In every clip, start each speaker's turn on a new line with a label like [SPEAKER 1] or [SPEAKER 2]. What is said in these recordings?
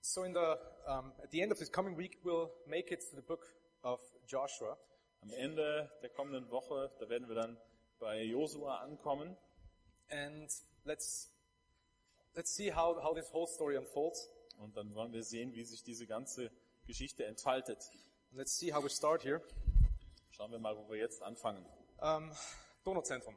[SPEAKER 1] So in the, um, at the end of this coming week, we'll make it to the book of Joshua.
[SPEAKER 2] Am Ende der kommenden Woche, da werden wir dann bei Josua ankommen
[SPEAKER 1] And let's, let's see how, how this whole story unfolds.
[SPEAKER 2] und dann wollen wir sehen, wie sich diese ganze Geschichte entfaltet.
[SPEAKER 1] Let's see how we start here.
[SPEAKER 2] Schauen wir mal, wo wir jetzt anfangen.
[SPEAKER 1] Um, Donauzentrum.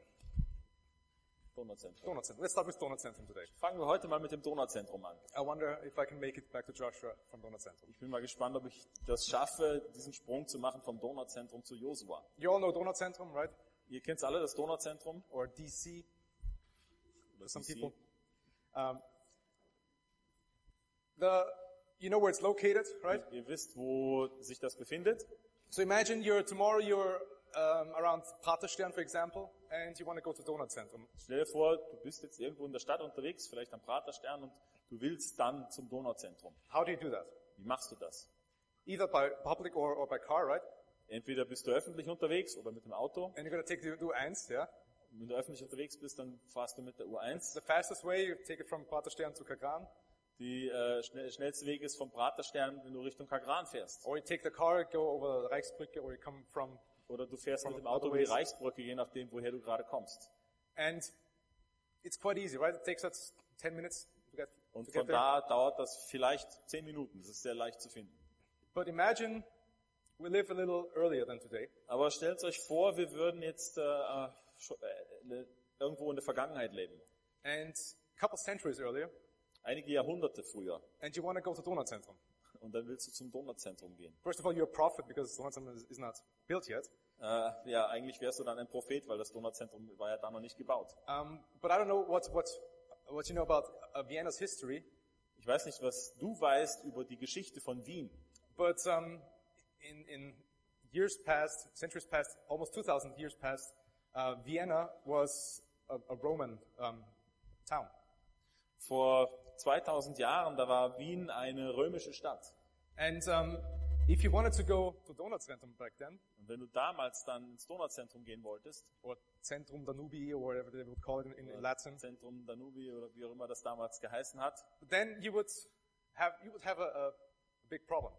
[SPEAKER 2] Donauzentrum.
[SPEAKER 1] Donauzentrum. Let's start with Donauzentrum today.
[SPEAKER 2] Fangen wir heute mal mit dem Donauzentrum an.
[SPEAKER 1] I wonder if I can make it back to Joshua from Donauzentrum.
[SPEAKER 2] Ich bin mal gespannt, ob ich das schaffe, diesen Sprung zu machen vom Donauzentrum zu Josua.
[SPEAKER 1] You all know Donauzentrum, right?
[SPEAKER 2] Ihr kennt alle, das Donauzentrum.
[SPEAKER 1] Or DC
[SPEAKER 2] Oder
[SPEAKER 1] some
[SPEAKER 2] DC.
[SPEAKER 1] people. Um, the, you know where it's located, right?
[SPEAKER 2] Ihr wisst, wo sich das befindet.
[SPEAKER 1] So imagine you're tomorrow you're um, around Paterstern, for example, and you want to go to Donauzentrum.
[SPEAKER 2] Stell dir vor, du bist jetzt irgendwo in der Stadt unterwegs, vielleicht am Praterstern und du willst dann zum Donauzentrum.
[SPEAKER 1] How do you do that?
[SPEAKER 2] Wie machst du das?
[SPEAKER 1] Either by public or, or by car, right?
[SPEAKER 2] Entweder bist du öffentlich unterwegs oder mit dem Auto.
[SPEAKER 1] And you're going to take the U1, yeah?
[SPEAKER 2] Wenn du öffentlich unterwegs bist, dann fahrst du mit der
[SPEAKER 1] It's
[SPEAKER 2] U1.
[SPEAKER 1] the fastest way. You take it from Paterstern to Kagan,
[SPEAKER 2] Die äh, schnell, schnellste Weg ist vom Praterstern, wenn du Richtung Kagran fährst.
[SPEAKER 1] or you take the car, go over Reichsbrücke, or you come from.
[SPEAKER 2] Oder du fährst
[SPEAKER 1] From
[SPEAKER 2] mit dem Auto über die
[SPEAKER 1] otherwise-
[SPEAKER 2] Reichsbrücke, je nachdem, woher du gerade kommst.
[SPEAKER 1] And it's quite easy, right? It takes us 10 minutes to get,
[SPEAKER 2] Und
[SPEAKER 1] to
[SPEAKER 2] von
[SPEAKER 1] get there.
[SPEAKER 2] da dauert das vielleicht zehn Minuten. Das ist sehr leicht zu finden.
[SPEAKER 1] But imagine we live a little earlier than today.
[SPEAKER 2] Aber stellt euch vor, wir würden jetzt äh, äh, scho- äh, ne- irgendwo in der Vergangenheit leben.
[SPEAKER 1] and a couple centuries earlier,
[SPEAKER 2] Einige Jahrhunderte früher.
[SPEAKER 1] and you want to go to Donauzentrum.
[SPEAKER 2] Und dann willst du zum Donauzentrum gehen.
[SPEAKER 1] First of all, you're a prophet because Donauzentrum is, is not built yet.
[SPEAKER 2] Äh, ja, eigentlich wärst du dann ein Prophet, weil das Donauzentrum war ja da noch nicht gebaut.
[SPEAKER 1] Um, but I don't know what, what, what you know about uh, Vienna's history,
[SPEAKER 2] Ich weiß nicht, was du weißt über die Geschichte von Wien.
[SPEAKER 1] but um, in, in years past, centuries past, almost 2,000 years past, uh, Vienna was a, a Roman um, town.
[SPEAKER 2] Vor 2000 Jahren, da war Wien eine römische Stadt.
[SPEAKER 1] And um, if you wanted to go to Donauzentrum back then,
[SPEAKER 2] Und wenn du damals dann ins Donauzentrum gehen wolltest,
[SPEAKER 1] or Centrum Danubii, or whatever they would call it in, in Latin,
[SPEAKER 2] Zentrum Danubi oder wie auch immer das damals geheißen hat,
[SPEAKER 1] then you would have, you would have a, a big problem.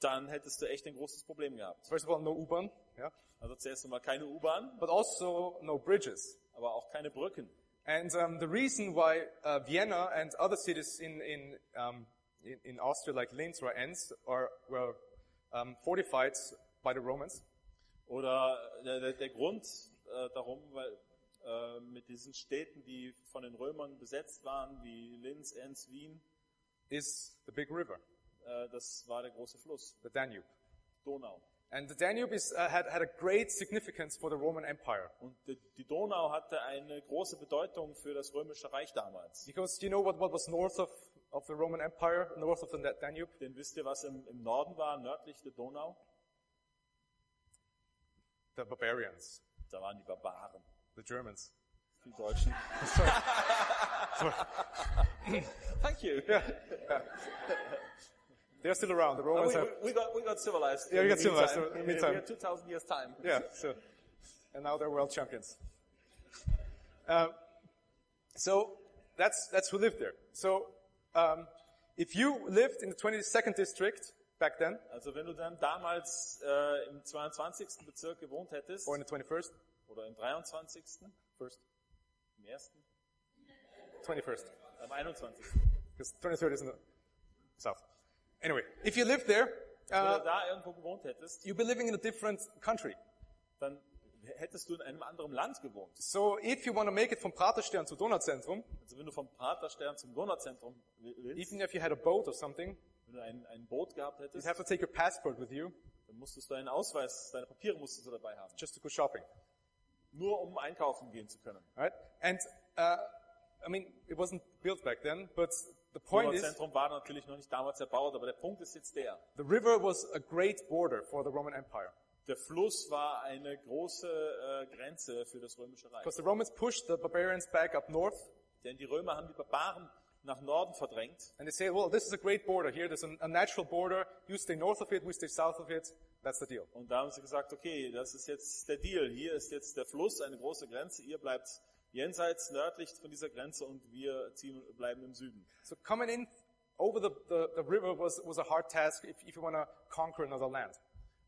[SPEAKER 2] dann hättest du echt ein großes Problem gehabt.
[SPEAKER 1] First of all, no U-Bahn, yeah,
[SPEAKER 2] Also zuerst einmal keine U-Bahn,
[SPEAKER 1] but also no bridges.
[SPEAKER 2] aber auch keine Brücken.
[SPEAKER 1] And um, the reason why uh, Vienna and other cities in in, um, in in Austria, like Linz or Enns, are were um, fortified by the Romans,
[SPEAKER 2] Oder der, der, der Grund äh, darum, weil äh, mit diesen Städten, die von den Römern besetzt waren, wie Linz, Enns, Wien,
[SPEAKER 1] is the big river,
[SPEAKER 2] äh, das war der große Fluss,
[SPEAKER 1] the Danube.
[SPEAKER 2] Donau.
[SPEAKER 1] And the Danube is, uh, had had a great significance for the Roman Empire
[SPEAKER 2] Und die, die Donau hatte eine große Bedeutung für das Römische Reich damals.
[SPEAKER 1] because you know what what was north of of the Roman Empire, north of the Da- Danube,
[SPEAKER 2] Denn wisst ihr, was im, im Norden war, nördlich der Donau?
[SPEAKER 1] the barbarians,
[SPEAKER 2] Da waren die Barbaren,
[SPEAKER 1] the Germans.
[SPEAKER 2] die Deutschen. Thank you.
[SPEAKER 1] They're still around. The
[SPEAKER 2] Oh, We,
[SPEAKER 1] Romans have
[SPEAKER 2] we, we got we got civilized.
[SPEAKER 1] Yeah, we
[SPEAKER 2] in
[SPEAKER 1] got
[SPEAKER 2] the
[SPEAKER 1] civilized
[SPEAKER 2] meantime.
[SPEAKER 1] in the meantime.
[SPEAKER 2] We had 2000 years time.
[SPEAKER 1] Yeah, so, and now they're world champions. Um, so that's that's who lived there. So um, if you lived in the 22nd district back then,
[SPEAKER 2] Also wenn du dann damals äh, im 22. Bezirk gewohnt hättest
[SPEAKER 1] or in the 21st,
[SPEAKER 2] oder im 23.
[SPEAKER 1] first,
[SPEAKER 2] im ersten,
[SPEAKER 1] 21st,
[SPEAKER 2] am 21.
[SPEAKER 1] because 23rd is in the south. Anyway, if you lived there,
[SPEAKER 2] Wenn
[SPEAKER 1] uh,
[SPEAKER 2] du da irgendwo gewohnt hättest,
[SPEAKER 1] you'd be living in a different country.
[SPEAKER 2] dann hättest du in einem anderen Land gewohnt.
[SPEAKER 1] So if you want to make it from Praterstern to Donauzentrum,
[SPEAKER 2] Also wenn du vom Praterstern zum Donauzentrum wi- willst,
[SPEAKER 1] even if you had a boat or something,
[SPEAKER 2] wenn du ein, ein Boot gehabt
[SPEAKER 1] you'd
[SPEAKER 2] hättest,
[SPEAKER 1] have to take your passport with you
[SPEAKER 2] dann musstest du einen Ausweis, deine Papiere musstest du dabei haben,
[SPEAKER 1] just to go shopping.
[SPEAKER 2] nur um einkaufen gehen zu können.
[SPEAKER 1] right? And uh, I mean, it wasn't built back then, but the point is,
[SPEAKER 2] Donauzentrum war natürlich noch nicht damals erbaut, aber der Punkt ist jetzt der.
[SPEAKER 1] the river was a great border for the Roman Empire
[SPEAKER 2] Der Fluss war eine große äh, Grenze für das Römische Reich.
[SPEAKER 1] because the Romans pushed the barbarians back up north,
[SPEAKER 2] Denn die Römer haben die Barbaren nach Norden verdrängt.
[SPEAKER 1] and they say, well, this is a great border here. There's an, a natural border. You stay north of it, we stay south of it. That's the deal.
[SPEAKER 2] Und da haben sie gesagt, okay, das ist jetzt der Deal. Hier ist jetzt der Fluss, eine große Grenze. Ihr bleibt jenseits, nördlich von dieser Grenze und wir ziehen, bleiben im Süden.
[SPEAKER 1] So coming in over the, the, the river was, was a hard task if, if you want to conquer another land.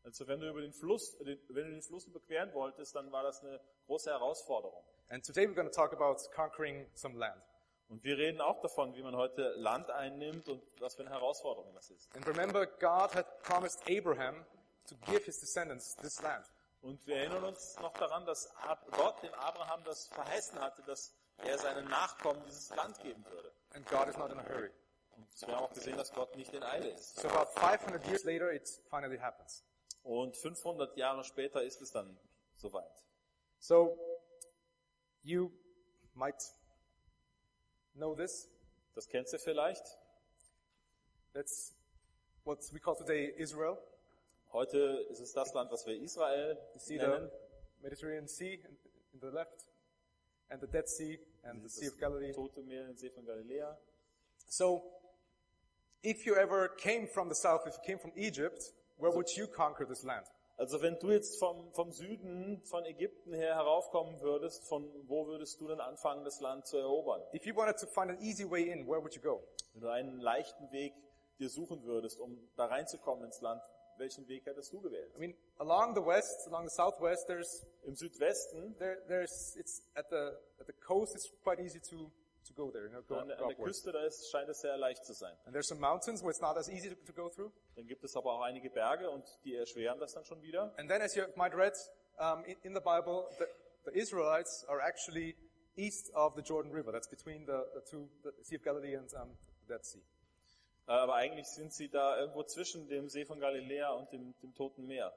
[SPEAKER 2] Also wenn du über den Fluss, den, wenn du den Fluss überqueren wolltest, dann war das eine große Herausforderung.
[SPEAKER 1] And today we're going to talk about conquering some land.
[SPEAKER 2] Und wir reden auch davon, wie man heute Land einnimmt und was für eine Herausforderung das ist.
[SPEAKER 1] And remember, God had promised Abraham to give his descendants this land.
[SPEAKER 2] Und wir erinnern uns noch daran, dass Ab- Gott dem Abraham das verheißen hatte, dass er seinen Nachkommen dieses Land geben würde.
[SPEAKER 1] And God is not in a hurry.
[SPEAKER 2] Und wir haben auch gesehen, dass Gott nicht in Eile ist.
[SPEAKER 1] So about 500 years later, it finally happens.
[SPEAKER 2] Und 500 Jahre später ist es dann soweit.
[SPEAKER 1] So you might know this.
[SPEAKER 2] Das kennst du vielleicht.
[SPEAKER 1] That's what we call today Israel.
[SPEAKER 2] Heute ist es das Land, was wir Israel
[SPEAKER 1] You see the
[SPEAKER 2] nennen.
[SPEAKER 1] Mediterranean Sea in, in the left, and the Dead Sea, and the Sea of Galilee.
[SPEAKER 2] Das Tote Meer, den See von Galiläa.
[SPEAKER 1] So, if you ever came from the south, if you came from Egypt, where would you conquer this land?
[SPEAKER 2] Also wenn du jetzt vom, vom Süden, von Ägypten her heraufkommen würdest, von wo würdest du denn anfangen, das Land zu erobern?
[SPEAKER 1] If you wanted to find an easy way in, where would you go?
[SPEAKER 2] Wenn du einen leichten Weg dir suchen würdest, um da reinzukommen ins Land, welchen Weg hättest du gewählt?
[SPEAKER 1] I mean, along the west, along the southwest, there's,
[SPEAKER 2] Im Südwesten,
[SPEAKER 1] there, there's, it's at the, at the coast, it's quite easy to, to go there, you know, go,
[SPEAKER 2] an,
[SPEAKER 1] go
[SPEAKER 2] an der
[SPEAKER 1] upwards.
[SPEAKER 2] Küste, da ist, scheint es sehr leicht zu sein.
[SPEAKER 1] And there's some mountains where it's not as easy to, to go through.
[SPEAKER 2] Dann gibt es aber auch einige Berge und die erschweren das dann schon wieder.
[SPEAKER 1] And then, as you might read um, in, in the Bible, the, the Israelites are actually east of the Jordan River. That's between the, the two, the Sea of Galilee and um, the Dead Sea.
[SPEAKER 2] Äh, Aber eigentlich sind sie da irgendwo zwischen dem See von Galiläa und dem, dem Toten Meer.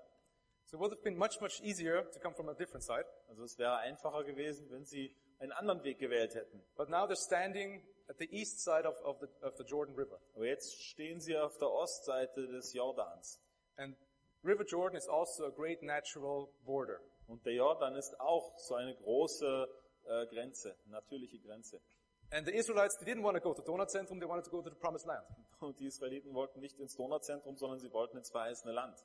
[SPEAKER 1] So it would have been much, much easier to come from a different side.
[SPEAKER 2] Also es wäre einfacher gewesen, wenn sie einen anderen Weg gewählt hätten.
[SPEAKER 1] But now they're standing at the east side of, of, the, of the Jordan River.
[SPEAKER 2] Aber jetzt stehen sie auf der Ostseite des Jordans.
[SPEAKER 1] And River Jordan is also a great natural border.
[SPEAKER 2] Und der Jordan ist auch so eine große äh, Grenze, natürliche Grenze.
[SPEAKER 1] And the Israelites, they didn't want to go to Donatzentrum, they wanted to go to the Promised Land.
[SPEAKER 2] Und die Israeliten wollten nicht ins Donauzentrum, sondern sie wollten ins verheißene Land.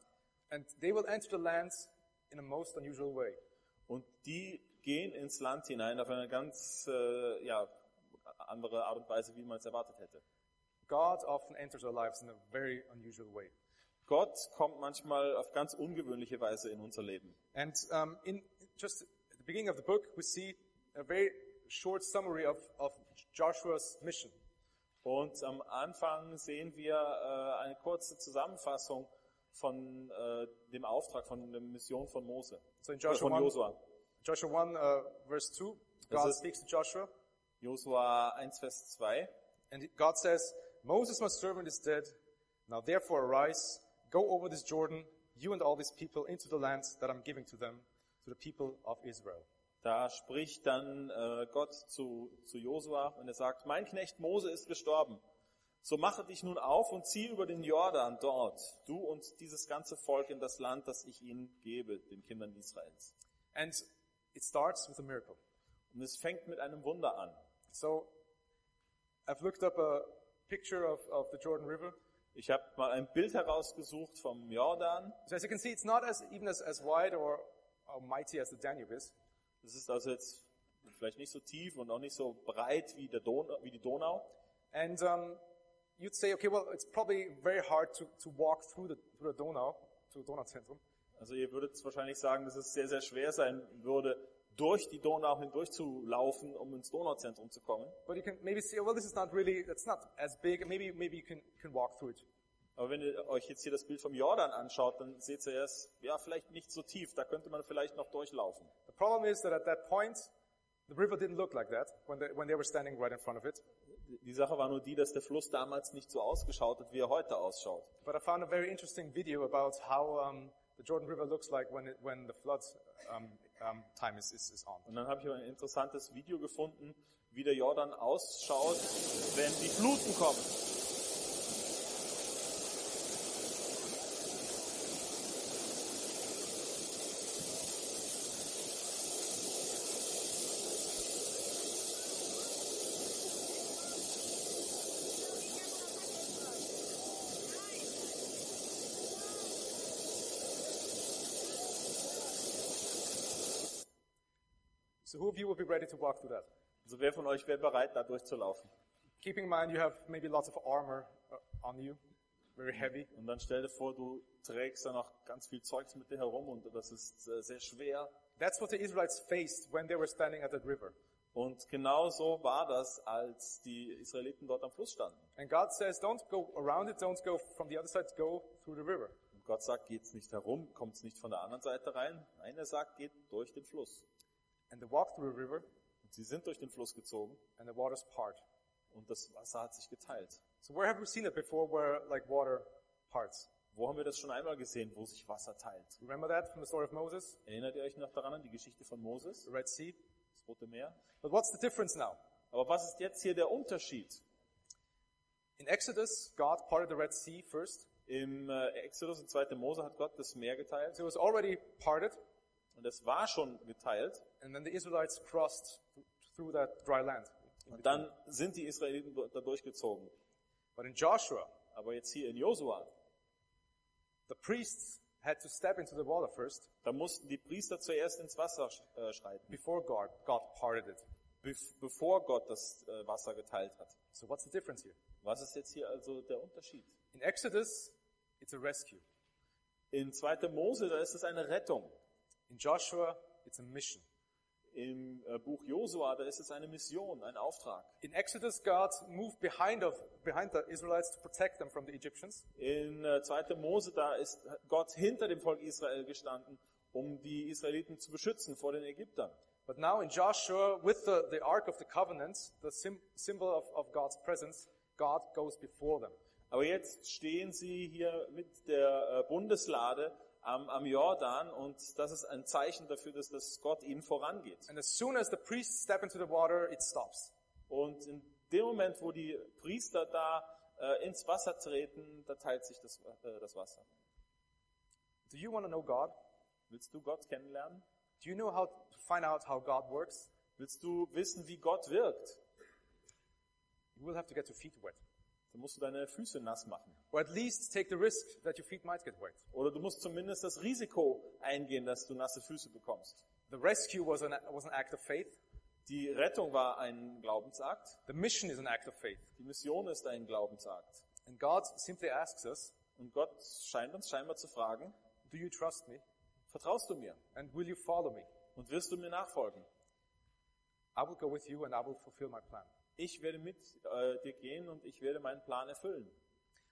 [SPEAKER 1] And they will enter the land in a most unusual way.
[SPEAKER 2] Und die gehen ins Land hinein auf eine ganz äh, ja, andere Art und Weise, wie man es erwartet hätte.
[SPEAKER 1] God often enters our lives in a very unusual way.
[SPEAKER 2] Gott kommt manchmal auf ganz ungewöhnliche Weise in unser Leben.
[SPEAKER 1] And um, in just at the beginning of the book, we see a very short summary of, of Joshua's mission.
[SPEAKER 2] Und am Anfang sehen wir äh, eine kurze Zusammenfassung von äh, dem Auftrag, von der Mission von Mose,
[SPEAKER 1] So in
[SPEAKER 2] äh,
[SPEAKER 1] Joshua
[SPEAKER 2] von
[SPEAKER 1] 1,
[SPEAKER 2] Josua.
[SPEAKER 1] Joshua 1 uh, verse 2, God
[SPEAKER 2] ist-
[SPEAKER 1] speaks to Joshua,
[SPEAKER 2] Josua 1, Vers 2.
[SPEAKER 1] and God says, Moses, my servant, is dead. Now therefore arise, go over this Jordan, you and all these people, into the land that I'm giving to them, to the people of Israel.
[SPEAKER 2] Da spricht dann äh, Gott zu, zu Josua und er sagt, mein Knecht Mose ist gestorben. So mache dich nun auf und zieh über den Jordan dort, du und dieses ganze Volk in das Land, das ich ihnen gebe, den Kindern Israels.
[SPEAKER 1] And it starts with a miracle.
[SPEAKER 2] Und es fängt mit einem Wunder an.
[SPEAKER 1] So I've looked up a picture of, of the Jordan River.
[SPEAKER 2] Ich habe mal ein Bild herausgesucht vom Jordan.
[SPEAKER 1] So as you can see, it's not as even as, as wide or, or mighty as the Danube is.
[SPEAKER 2] Das ist also jetzt vielleicht nicht so tief und auch nicht so breit wie, der Donau, wie die Donau.
[SPEAKER 1] And um, you'd say, okay, well, it's probably very hard to, to walk through the, through the Donau, to Donauzentrum.
[SPEAKER 2] Also ihr würdet wahrscheinlich sagen, dass es sehr, sehr schwer sein würde, durch die Donau hindurch zu laufen, um ins Donauzentrum zu kommen.
[SPEAKER 1] But you can maybe see, well, this is not really, it's not as big. Maybe, maybe you can, can walk through it.
[SPEAKER 2] Aber wenn ihr euch jetzt hier das Bild vom Jordan anschaut, dann seht ihr es, ja, vielleicht nicht so tief, da könnte man vielleicht noch durchlaufen.
[SPEAKER 1] The problem is that at that point, the river didn't look like that when they, when they were standing right in front of it.
[SPEAKER 2] Die Sache war nur die, dass der Fluss damals nicht so ausgeschaut hat, wie er heute ausschaut.
[SPEAKER 1] But I found a very interesting video about how um, the Jordan River looks like when, it, when the flood um, um, time is, is, is on.
[SPEAKER 2] Und dann habe ich ein interessantes Video gefunden, wie der Jordan ausschaut, wenn die Fluten kommen.
[SPEAKER 1] So who of you would be ready to walk through that?
[SPEAKER 2] Also wer von euch wäre bereit, da durchzulaufen?
[SPEAKER 1] Keep in mind you have maybe lots of armor uh, on you, very heavy.
[SPEAKER 2] Und dann stell dir vor, du trägst da noch ganz viel Zeugs mit dir herum und das ist äh, sehr schwer.
[SPEAKER 1] That's what the Israelites faced when they were standing at that river.
[SPEAKER 2] Und genau so war das, als die Israeliten dort am Fluss standen.
[SPEAKER 1] And God says, don't go around it, don't go from the other side, go through the river.
[SPEAKER 2] Und Gott sagt, geht's nicht herum, kommt's nicht von der anderen Seite rein. Nein, er sagt, geht durch den Fluss.
[SPEAKER 1] And they walked through a river,
[SPEAKER 2] Und sie sind durch den Fluss gezogen
[SPEAKER 1] and the waters part.
[SPEAKER 2] und das Wasser hat sich geteilt.
[SPEAKER 1] So where have we seen it before where like water parts?
[SPEAKER 2] Wo haben wir das schon einmal gesehen, wo sich Wasser teilt?
[SPEAKER 1] Remember that from the story of Moses,
[SPEAKER 2] Erinnert ihr euch noch daran an die Geschichte von Moses,
[SPEAKER 1] the Red Sea?
[SPEAKER 2] das Rote Meer?
[SPEAKER 1] But what's the difference now?
[SPEAKER 2] Aber was ist jetzt hier der Unterschied?
[SPEAKER 1] In Exodus, God parted the Red Sea first.
[SPEAKER 2] Im äh, Exodus und 2. Mose hat Gott das Meer geteilt
[SPEAKER 1] So it was already parted,
[SPEAKER 2] und es war schon geteilt.
[SPEAKER 1] and then the Israelites crossed th- through that dry land.
[SPEAKER 2] Und dann sind die Israeliten do- da durchgezogen.
[SPEAKER 1] But in Joshua,
[SPEAKER 2] Aber jetzt hier in Josua,
[SPEAKER 1] the priests had to step into the water first
[SPEAKER 2] da mussten die Priester zuerst ins Wasser sch- äh, schreiten,
[SPEAKER 1] before God, God parted it.
[SPEAKER 2] bef- bevor Gott das äh, Wasser geteilt hat.
[SPEAKER 1] So what's the difference here?
[SPEAKER 2] Was ist jetzt hier also der Unterschied?
[SPEAKER 1] In Exodus, it's a rescue.
[SPEAKER 2] In 2. Mose, da ist es eine Rettung.
[SPEAKER 1] In Joshua, it's a mission.
[SPEAKER 2] Im äh, Buch Josua, da ist es eine Mission, ein Auftrag.
[SPEAKER 1] In Exodus, God moved behind of behind the Israelites to protect them from the Egyptians.
[SPEAKER 2] In äh, 2. Mose, da ist Gott hinter dem Volk Israel gestanden, um die Israeliten zu beschützen vor den Ägyptern.
[SPEAKER 1] But now in Joshua, with the, the Ark of the Covenant, the sym symbol of, of God's presence, God goes before them.
[SPEAKER 2] Aber jetzt stehen sie hier mit der äh, Bundeslade am, am Jordan und das ist ein Zeichen dafür, dass, dass Gott ihnen vorangeht.
[SPEAKER 1] And as soon as the priests step into the water, it stops.
[SPEAKER 2] Und in dem Moment, wo die Priester da äh, ins Wasser treten, da teilt sich das, äh, das Wasser.
[SPEAKER 1] Do you want to know God?
[SPEAKER 2] Willst du Gott kennenlernen?
[SPEAKER 1] Do you know how to find out how God works?
[SPEAKER 2] Willst du wissen, wie Gott wirkt?
[SPEAKER 1] You will have to get your feet wet.
[SPEAKER 2] Dann musst du deine Füße nass machen.
[SPEAKER 1] Or at least take the risk that your feet might get wet.
[SPEAKER 2] Oder du musst zumindest das Risiko eingehen, dass du nasse Füße bekommst.
[SPEAKER 1] The rescue was an, was an act of faith.
[SPEAKER 2] Die Rettung war ein Glaubensakt.
[SPEAKER 1] The mission is an act of faith.
[SPEAKER 2] Die Mission ist ein Glaubensakt.
[SPEAKER 1] And God simply asks us,
[SPEAKER 2] Und Gott scheint uns scheinbar zu fragen,
[SPEAKER 1] Do you trust me?
[SPEAKER 2] vertraust du mir?
[SPEAKER 1] And will you follow me?
[SPEAKER 2] Und wirst du mir nachfolgen?
[SPEAKER 1] I will go with you and I will fulfill my plan.
[SPEAKER 2] Ich werde mit äh, dir gehen und ich werde meinen Plan erfüllen.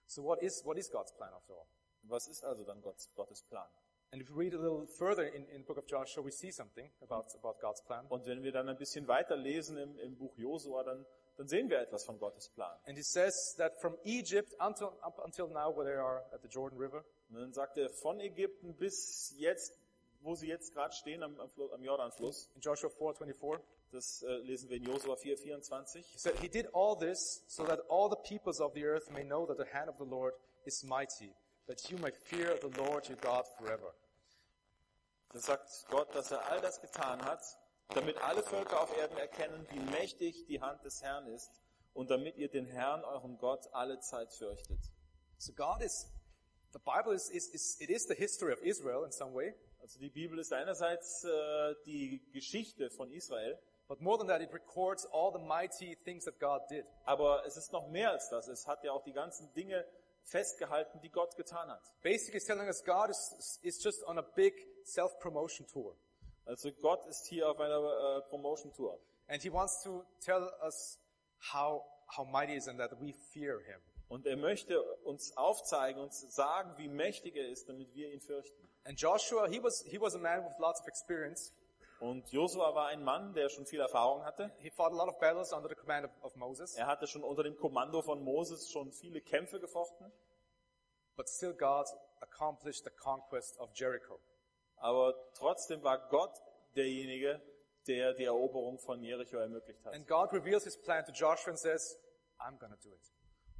[SPEAKER 1] So what is, what is God's plan after all?
[SPEAKER 2] Was ist also dann Gottes, Gottes Plan?
[SPEAKER 1] And if we read a little further in, in the book of Joshua, we see something about, about God's plan.
[SPEAKER 2] Und wenn wir dann ein bisschen weiterlesen im, im Buch Josua, dann, dann sehen wir etwas von Gottes Plan.
[SPEAKER 1] And he says that from Egypt until, up until now, where they are at the Jordan River,
[SPEAKER 2] Und dann sagt er, von Ägypten bis jetzt, wo sie jetzt gerade stehen am, am, Flu- am Jordanfluss,
[SPEAKER 1] in Joshua 4:24,
[SPEAKER 2] das äh, lesen wir in Josua 4, 24.
[SPEAKER 1] he said, "He did all this so that all the peoples of the earth may know that the hand of the Lord is mighty, that you may fear the Lord your God forever."
[SPEAKER 2] Da sagt Gott, dass er all das getan hat, damit alle Völker auf Erden erkennen, wie mächtig die Hand des Herrn ist und damit ihr den Herrn, euren Gott, alle Zeit fürchtet.
[SPEAKER 1] So God is, the Bible is, is, is it is the history of Israel in some way,
[SPEAKER 2] Also die Bibel ist einerseits äh, die Geschichte von Israel,
[SPEAKER 1] but more than that, it records all the mighty things that God did.
[SPEAKER 2] aber es ist noch mehr als das. Es hat ja auch die ganzen Dinge festgehalten, die Gott getan hat.
[SPEAKER 1] Basically, it's telling us God is, is just on a big self-promotion tour,
[SPEAKER 2] Also Gott ist hier auf einer äh, Promotion-Tour.
[SPEAKER 1] and He wants to tell us how how mighty He is and that we fear Him.
[SPEAKER 2] Und er möchte uns aufzeigen, uns sagen, wie mächtig er ist, damit wir ihn fürchten.
[SPEAKER 1] And Joshua, he was he was a man with lots of experience.
[SPEAKER 2] Und Josua war ein Mann, der schon viel Erfahrung hatte.
[SPEAKER 1] He fought a lot of battles under the command of, of Moses,
[SPEAKER 2] Er hatte schon unter dem Kommando von Moses schon viele Kämpfe gefochten.
[SPEAKER 1] but still God accomplished the conquest of Jericho.
[SPEAKER 2] Aber trotzdem war Gott derjenige, der die Eroberung von Jericho ermöglicht hat.
[SPEAKER 1] And God reveals his plan to Joshua and says, I'm going to do it.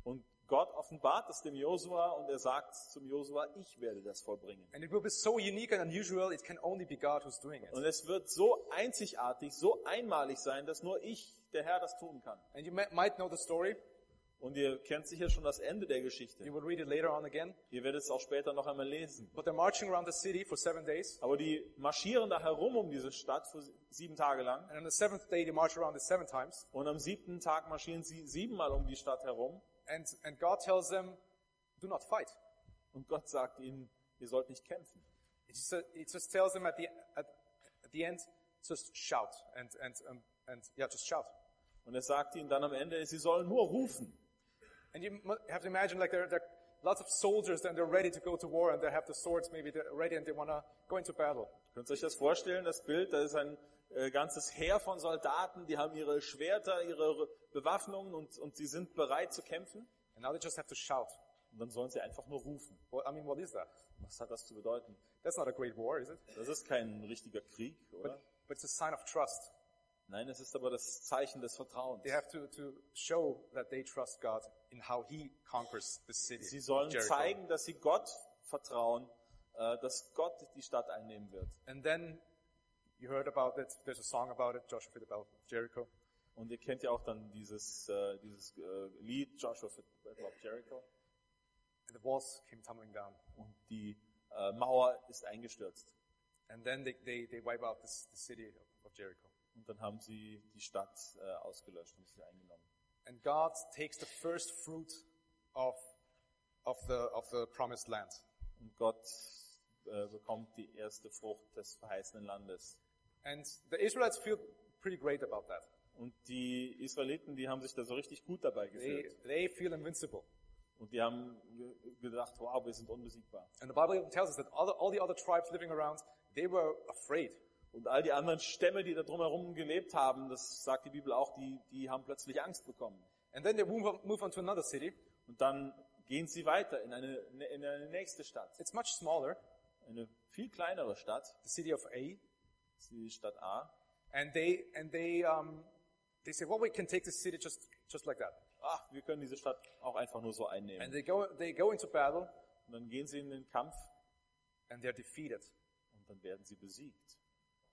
[SPEAKER 2] Und Gott offenbart es dem Josua und er sagt zum Josua, ich werde das vollbringen.
[SPEAKER 1] And it will be so unique and unusual, it can only be God who's doing it.
[SPEAKER 2] Und es wird so einzigartig, so einmalig sein, dass nur ich, der Herr, das tun kann.
[SPEAKER 1] And you may, might know the story.
[SPEAKER 2] Und ihr kennt sicher schon das Ende der Geschichte.
[SPEAKER 1] You will read it later on again.
[SPEAKER 2] Ihr werdet es auch später noch einmal lesen.
[SPEAKER 1] But they're marching around the city for seven days.
[SPEAKER 2] Aber die marschieren da herum um diese Stadt für sieben Tage lang.
[SPEAKER 1] And on the seventh day, they march around it seven times.
[SPEAKER 2] Und am siebten Tag marschieren sie siebenmal um die Stadt herum.
[SPEAKER 1] And, and God tells them, do not fight.
[SPEAKER 2] Und Gott sagt ihnen, ihr sollt nicht kämpfen.
[SPEAKER 1] It just, it just tells them at the, at, at the end, just shout. And, and, um, and yeah, just shout.
[SPEAKER 2] Und er sagt ihnen dann am Ende, sie sollen nur rufen.
[SPEAKER 1] And you mu- have to imagine like there, there are lots of soldiers and they're ready to go to war and they have the swords maybe they're ready and they want to go into battle.
[SPEAKER 2] Könnt ihr euch das vorstellen, das Bild? Da ist ein äh, ganzes Heer von Soldaten, die haben ihre Schwerter, ihre Bewaffnungen und, und sie sind bereit zu kämpfen.
[SPEAKER 1] And now they just have to shout.
[SPEAKER 2] Und dann sollen sie einfach nur rufen.
[SPEAKER 1] Well, I mean, what is that?
[SPEAKER 2] Was hat das zu bedeuten?
[SPEAKER 1] That's not a great war, is it?
[SPEAKER 2] Das ist kein richtiger Krieg,
[SPEAKER 1] But,
[SPEAKER 2] oder?
[SPEAKER 1] but it's a sign of trust.
[SPEAKER 2] Nein, es ist aber das Zeichen des Vertrauens.
[SPEAKER 1] They have to, to show that they trust God in how He conquers the city.
[SPEAKER 2] Sie
[SPEAKER 1] of
[SPEAKER 2] sollen
[SPEAKER 1] Jericho.
[SPEAKER 2] zeigen, dass sie Gott vertrauen, äh, dass Gott die Stadt einnehmen wird.
[SPEAKER 1] And then you heard about it. There's a song about it, Joshua for the Battle of Jericho.
[SPEAKER 2] Und ihr kennt ja auch dann dieses, äh, dieses äh, Lied Joshua for the Battle of Jericho.
[SPEAKER 1] And the walls came tumbling down.
[SPEAKER 2] Und die äh, Mauer ist eingestürzt.
[SPEAKER 1] And then they, they, they wipe out this, the city of, of Jericho.
[SPEAKER 2] Und dann haben sie die Stadt äh, ausgelöscht und sie eingenommen.
[SPEAKER 1] And God takes the first fruit of, of, the, of the promised land.
[SPEAKER 2] Und Gott äh, bekommt die erste Frucht des verheißenen Landes.
[SPEAKER 1] And the Israelites feel pretty great about that.
[SPEAKER 2] Und die Israeliten, die haben sich da so richtig gut dabei
[SPEAKER 1] They,
[SPEAKER 2] gefühlt.
[SPEAKER 1] they feel invincible.
[SPEAKER 2] Und die haben ge- gedacht, wow, wir sind unbesiegbar.
[SPEAKER 1] And the Bible even tells us that all the, all the other tribes living around, they were afraid.
[SPEAKER 2] Und all die anderen Stämme, die da drumherum gelebt haben, das sagt die Bibel auch, die, die haben plötzlich Angst bekommen.
[SPEAKER 1] And then they move on, move on to another city.
[SPEAKER 2] Und dann gehen sie weiter in eine, in eine nächste Stadt.
[SPEAKER 1] It's much smaller,
[SPEAKER 2] Eine viel kleinere Stadt,
[SPEAKER 1] the city of Ai.
[SPEAKER 2] das ist die Stadt A.
[SPEAKER 1] And they and they um, they say, well, we can take the city just just like that.
[SPEAKER 2] Ach, wir können diese Stadt auch einfach nur so
[SPEAKER 1] And
[SPEAKER 2] einnehmen.
[SPEAKER 1] they go they go into battle
[SPEAKER 2] Und dann gehen sie in den Kampf
[SPEAKER 1] and they're defeated.
[SPEAKER 2] und dann werden sie besiegt.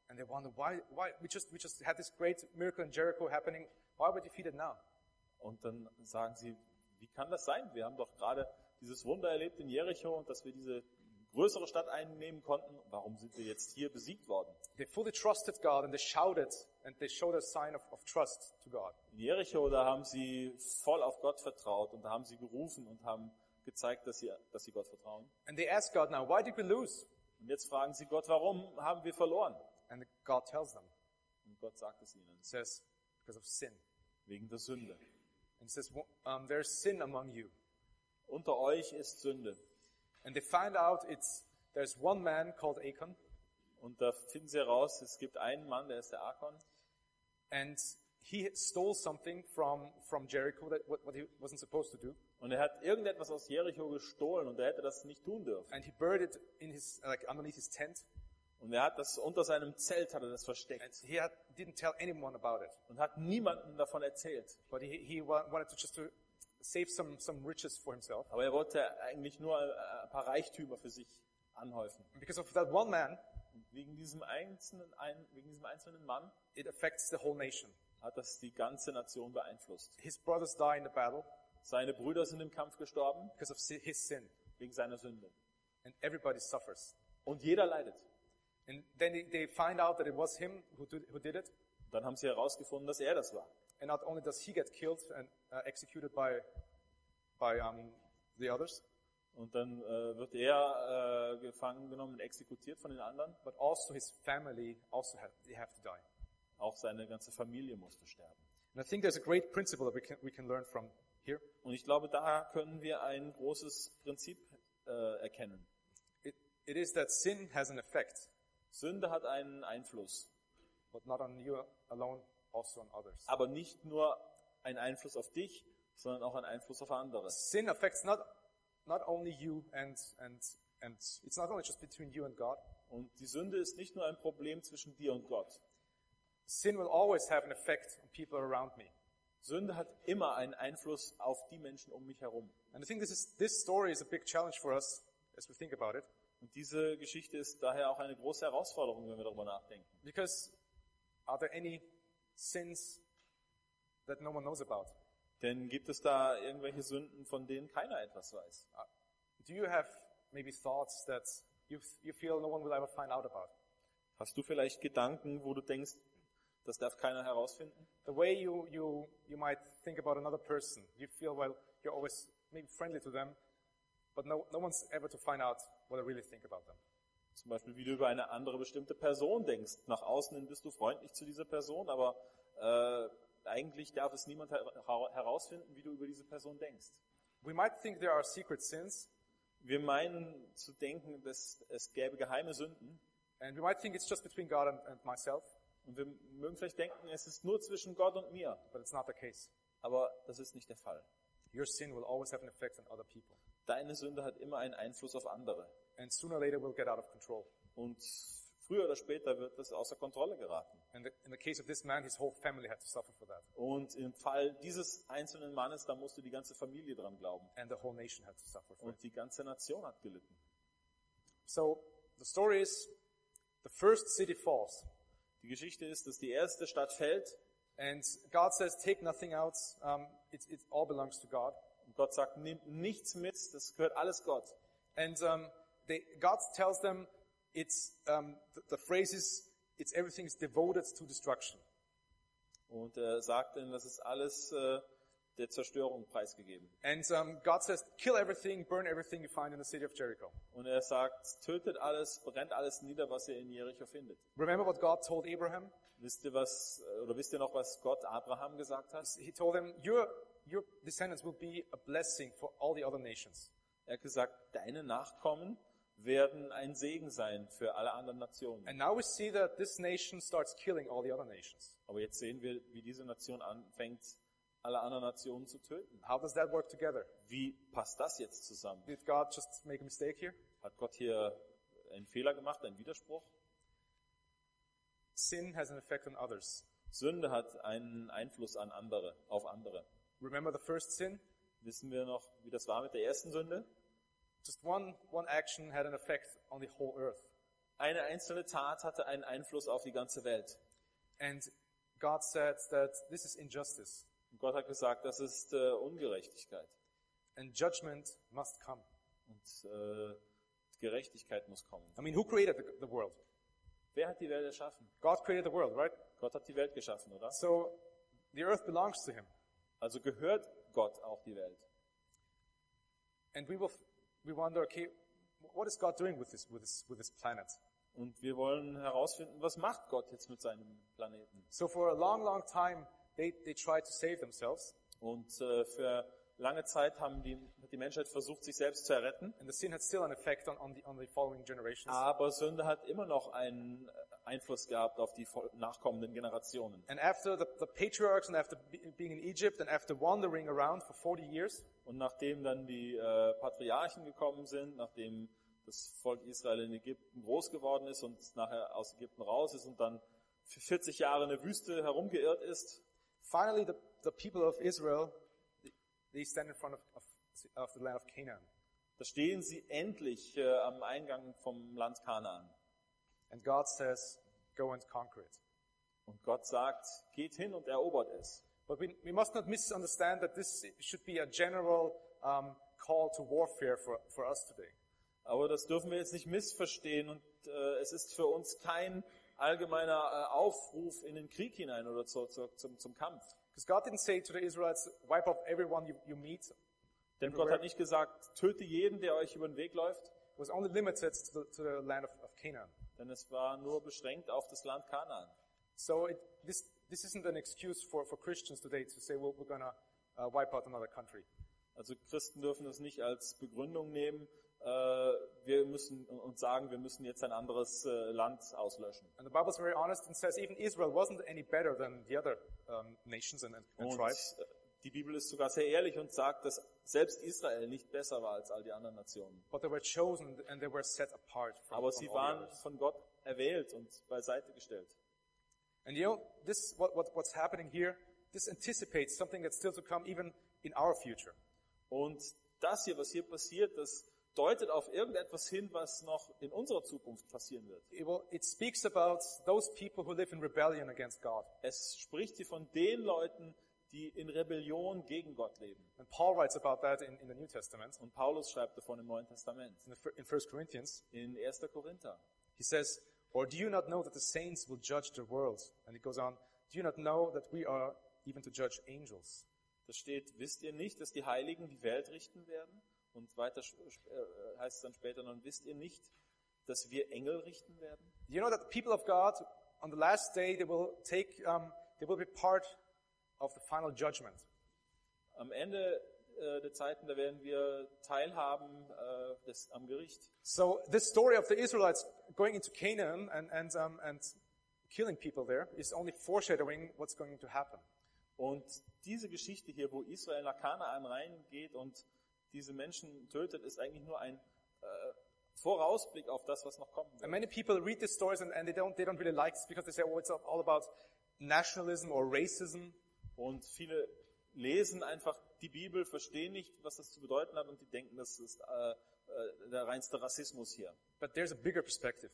[SPEAKER 1] And they wonder why why we just we just had this great miracle in Jericho happening. Why are we defeated now?
[SPEAKER 2] Und dann sagen sie, wie kann das sein? Wir haben doch gerade dieses Wunder erlebt in Jericho und dass wir diese größere Stadt einnehmen konnten. Warum sind wir jetzt hier besiegt worden?
[SPEAKER 1] They fully trusted God and they shouted and they showed a sign of, of trust to God.
[SPEAKER 2] In Jericho, da haben sie voll auf Gott vertraut und da haben sie gerufen und haben gezeigt, dass sie, dass sie Gott vertrauen.
[SPEAKER 1] And they asked God now, why did we lose?
[SPEAKER 2] Und jetzt fragen sie Gott, warum haben wir verloren?
[SPEAKER 1] And God tells them,
[SPEAKER 2] Und Gott sagt es ihnen,
[SPEAKER 1] says, because of sin.
[SPEAKER 2] wegen der Sünde.
[SPEAKER 1] And says, "Wo- um, there's sin among you.
[SPEAKER 2] Unter euch ist Sünde.
[SPEAKER 1] And they find out it's there's one man called Achan,
[SPEAKER 2] Und da finden sie heraus, es gibt einen Mann, der ist der Archon.
[SPEAKER 1] and he stole something from from Jericho that what, what he wasn't supposed to do,
[SPEAKER 2] Und er hat irgendetwas aus Jericho gestohlen und er hätte das nicht tun dürfen.
[SPEAKER 1] and he buried it in his like underneath his tent,
[SPEAKER 2] Und er hat das unter seinem Zelt hat er das
[SPEAKER 1] and
[SPEAKER 2] versteckt
[SPEAKER 1] he had, didn't tell anyone about it,
[SPEAKER 2] und hat niemandem davon erzählt.
[SPEAKER 1] but he he wa- wanted to just to save some some riches for himself.
[SPEAKER 2] Aber er wollte eigentlich nur äh, ein paar Reichtümer für sich anhäufen.
[SPEAKER 1] And because of that one man,
[SPEAKER 2] Und wegen diesem einzelnen, ein, wegen diesem einzelnen Mann
[SPEAKER 1] it affects the whole nation.
[SPEAKER 2] hat das die ganze Nation beeinflusst.
[SPEAKER 1] His brothers die in the battle
[SPEAKER 2] Seine Brüder sind im Kampf gestorben
[SPEAKER 1] because of si- his sin,
[SPEAKER 2] wegen seiner Sünde.
[SPEAKER 1] and everybody suffers.
[SPEAKER 2] Und jeder leidet.
[SPEAKER 1] And then they- they find out that it was him who did, who did it,
[SPEAKER 2] Dann haben sie herausgefunden, dass er das war.
[SPEAKER 1] And not only does he get killed and uh, executed by, by um, the others,
[SPEAKER 2] Und dann äh, wird er äh, gefangen genommen und exekutiert von den anderen.
[SPEAKER 1] but also his family also have, they have to die.
[SPEAKER 2] Auch seine ganze Familie musste sterben.
[SPEAKER 1] And I think there's a great principle that we can, we can learn from here.
[SPEAKER 2] Und ich glaube, da können wir ein großes Prinzip äh, erkennen.
[SPEAKER 1] It, it is that sin has an effect,
[SPEAKER 2] Sünde hat einen Einfluss,
[SPEAKER 1] but not on you alone, also on others.
[SPEAKER 2] aber nicht nur einen Einfluss auf dich, sondern auch einen Einfluss auf andere.
[SPEAKER 1] Sin affects not, not only you and, and, and it's not only just between you and God.
[SPEAKER 2] Und die Sünde ist nicht nur ein Problem zwischen dir und Gott.
[SPEAKER 1] Sin will always have an effect on people around me.
[SPEAKER 2] Sünde hat immer einen Einfluss auf die Menschen um mich herum.
[SPEAKER 1] And I think this is, this story is a big challenge for us as we think about it.
[SPEAKER 2] Und diese Geschichte ist daher auch eine große Herausforderung, wenn wir darüber nachdenken.
[SPEAKER 1] Because are there any sins that no one knows about?
[SPEAKER 2] Denn gibt es da irgendwelche Sünden, von denen keiner etwas weiß?
[SPEAKER 1] Do you have maybe thoughts that you, you feel no one will ever find out about?
[SPEAKER 2] Hast du vielleicht Gedanken, wo du denkst, das darf keiner herausfinden?
[SPEAKER 1] The way you, you, you might think about another person, you feel, well, you're always maybe friendly to them, but no, no one's ever to find out what I really think about them.
[SPEAKER 2] Zum Beispiel, wie du über eine andere bestimmte Person denkst. Nach außen hin bist du freundlich zu dieser Person, aber äh, eigentlich darf es niemand her herausfinden, wie du über diese Person denkst.
[SPEAKER 1] We might think there are secret sins,
[SPEAKER 2] Wir meinen zu denken, dass es gäbe geheime Sünden.
[SPEAKER 1] and we might think it's just between God and, and myself,
[SPEAKER 2] Und wir mögen vielleicht denken, es ist nur zwischen Gott und mir.
[SPEAKER 1] but it's not the case.
[SPEAKER 2] Aber das ist nicht der Fall.
[SPEAKER 1] Your sin will always have an effect on other people,
[SPEAKER 2] Deine Sünde hat immer einen Einfluss auf andere.
[SPEAKER 1] and sooner or later will get out of control.
[SPEAKER 2] Und früher oder später wird das außer Kontrolle geraten.
[SPEAKER 1] And the, in the case of this man, his whole family had to suffer for that,
[SPEAKER 2] Und im Fall dieses einzelnen Mannes, da musste die ganze Familie dran glauben.
[SPEAKER 1] and the whole nation had to suffer for it.
[SPEAKER 2] Und die ganze Nation hat gelitten.
[SPEAKER 1] So the story is the first city falls,
[SPEAKER 2] Die Geschichte ist, dass die erste Stadt fällt
[SPEAKER 1] and God says, Take nothing out, um, it, it all belongs to God.
[SPEAKER 2] und Gott sagt, nimm nichts mit, das gehört alles Gott.
[SPEAKER 1] And um, they, God tells them, it's, um, the, the phrase is, it's everything is devoted to destruction.
[SPEAKER 2] Und er sagt ihnen, das ist alles äh, der Zerstörung preisgegeben.
[SPEAKER 1] And um, God says, kill everything, burn everything you find in the city of Jericho.
[SPEAKER 2] Und er sagt, tötet alles, brennt alles nieder, was ihr in Jericho findet.
[SPEAKER 1] Remember what God told Abraham?
[SPEAKER 2] Wisst ihr was, äh, oder wisst ihr noch, was Gott Abraham gesagt hat?
[SPEAKER 1] He told him, your, your descendants will be a blessing for all the other nations.
[SPEAKER 2] Er hat gesagt, deine Nachkommen werden ein Segen sein für alle anderen Nationen.
[SPEAKER 1] And now we see that this nation starts killing all the other nations.
[SPEAKER 2] Aber jetzt sehen wir, wie diese Nation anfängt, alle anderen Nationen zu töten.
[SPEAKER 1] How does that work together?
[SPEAKER 2] Wie passt das jetzt zusammen?
[SPEAKER 1] Did God just make a mistake here?
[SPEAKER 2] Hat Gott hier einen Fehler gemacht, einen Widerspruch?
[SPEAKER 1] Sin has an effect on others.
[SPEAKER 2] Sünde hat einen Einfluss an andere, auf andere.
[SPEAKER 1] Remember the first sin?
[SPEAKER 2] Wissen wir noch, wie das war mit der ersten Sünde?
[SPEAKER 1] Just one, one action had an effect on the whole earth.
[SPEAKER 2] Eine einzelne Tat hatte einen Einfluss auf die ganze Welt.
[SPEAKER 1] And God said that this is injustice
[SPEAKER 2] Und Gott hat gesagt, das ist äh, Ungerechtigkeit.
[SPEAKER 1] and judgment must come.
[SPEAKER 2] Und äh, Gerechtigkeit muss kommen.
[SPEAKER 1] I mean, who created the, the world?
[SPEAKER 2] Wer hat die Welt erschaffen?
[SPEAKER 1] God created the world, right?
[SPEAKER 2] Gott hat die Welt geschaffen, oder?
[SPEAKER 1] So the earth belongs to him.
[SPEAKER 2] Also gehört Gott auch die Welt.
[SPEAKER 1] And we will, we wonder, okay, what is God doing with this, with this, with this planet?
[SPEAKER 2] Und wir wollen herausfinden, was macht Gott jetzt mit seinem Planeten?
[SPEAKER 1] So for a long, long time, they, they tried to save themselves
[SPEAKER 2] Und äh, für lange Zeit haben die, hat die Menschheit versucht, sich selbst zu erretten.
[SPEAKER 1] and the sin had still an effect on, on the, on the following generations.
[SPEAKER 2] Aber Sünde hat immer noch einen äh, Einfluss gehabt auf die fol- nachkommenden Generationen.
[SPEAKER 1] And after the, the patriarchs and after be, being in Egypt and after wandering around for 40 years,
[SPEAKER 2] Und nachdem dann die äh, Patriarchen gekommen sind, nachdem das Volk Israel in Ägypten groß geworden ist und nachher aus Ägypten raus ist und dann für 40 Jahre in der Wüste herumgeirrt ist,
[SPEAKER 1] finally the, the people of Israel, they stand in front of, of, of the land of Canaan.
[SPEAKER 2] da stehen sie endlich äh, am Eingang vom Land Kanaan.
[SPEAKER 1] And God says, go and conquer it.
[SPEAKER 2] Und Gott sagt, geht hin und erobert es.
[SPEAKER 1] But we, we must not misunderstand that this should be a general um, call to warfare for, for us today.
[SPEAKER 2] Aber das dürfen wir jetzt nicht missverstehen und äh, es ist für uns kein allgemeiner äh, Aufruf in den Krieg hinein oder zu, zu, zum, zum Kampf.
[SPEAKER 1] Because God didn't say to the Israelites, wipe out everyone you, you meet. It
[SPEAKER 2] Denn Gott hat nicht gesagt, töte jeden, der euch über den Weg läuft,
[SPEAKER 1] was only limited to the, to the land of, of Canaan.
[SPEAKER 2] denn es war nur beschränkt auf das Land Kanaan.
[SPEAKER 1] So it, this, this isn't an excuse for, for Christians today to say, well, we're going to uh, wipe out another country.
[SPEAKER 2] Also Christen dürfen das nicht als Begründung nehmen. Äh, wir müssen uns sagen, wir müssen jetzt ein anderes äh, Land auslöschen.
[SPEAKER 1] And the Bible's very honest and says even Israel wasn't any better than the other um, nations and, and, and
[SPEAKER 2] Und
[SPEAKER 1] tribes.
[SPEAKER 2] äh, die Bibel ist sogar sehr ehrlich und sagt, dass selbst Israel nicht besser war als all die anderen Nationen.
[SPEAKER 1] But they were chosen and they were set apart from,
[SPEAKER 2] Aber
[SPEAKER 1] from
[SPEAKER 2] sie
[SPEAKER 1] all the
[SPEAKER 2] waren
[SPEAKER 1] others.
[SPEAKER 2] von Gott erwählt und beiseite gestellt.
[SPEAKER 1] And you know, this what, what what's happening here, this anticipates something that's still to come even in our future.
[SPEAKER 2] Und das hier, was hier passiert, das deutet auf irgendetwas hin, was noch in unserer Zukunft passieren wird.
[SPEAKER 1] It will it speaks about those people who live in rebellion against God.
[SPEAKER 2] Es spricht hier von den Leuten, die in Rebellion gegen Gott leben.
[SPEAKER 1] And Paul writes about that in, in the New Testament,
[SPEAKER 2] Und Paulus schreibt davon im Neuen Testament,
[SPEAKER 1] in, the, fir- in 1 Corinthians.
[SPEAKER 2] in 1. Korinther.
[SPEAKER 1] He says, Or do you not know that the saints will judge the world? And he goes on, Do you not know that we are even to judge angels?
[SPEAKER 2] Da steht, wisst ihr nicht, dass die Heiligen die Welt richten werden? Und weiter sch- sch- äh, heißt es dann später noch, wisst ihr nicht, dass wir Engel richten werden?
[SPEAKER 1] Do you know that the people of God, on the last day, they will take, um, they will be part of the final judgment.
[SPEAKER 2] Am Ende äh, der Zeiten, da werden wir teilhaben äh, des, am Gericht.
[SPEAKER 1] So this story of the Israelites going into Canaan and, and, um, and killing people there is only foreshadowing what's going to happen.
[SPEAKER 2] Und diese Geschichte hier, wo Israel nach Kanaan reingeht und diese Menschen tötet, ist eigentlich nur ein äh, Vorausblick auf das, was noch kommen wird.
[SPEAKER 1] And many people read these stories and, and they, don't, they don't really like this because they say, oh, it's all about nationalism or racism.
[SPEAKER 2] Und viele lesen einfach die Bibel, verstehen nicht, was das zu bedeuten hat und die denken, das ist äh, äh, der reinste Rassismus hier.
[SPEAKER 1] But there's a bigger perspective.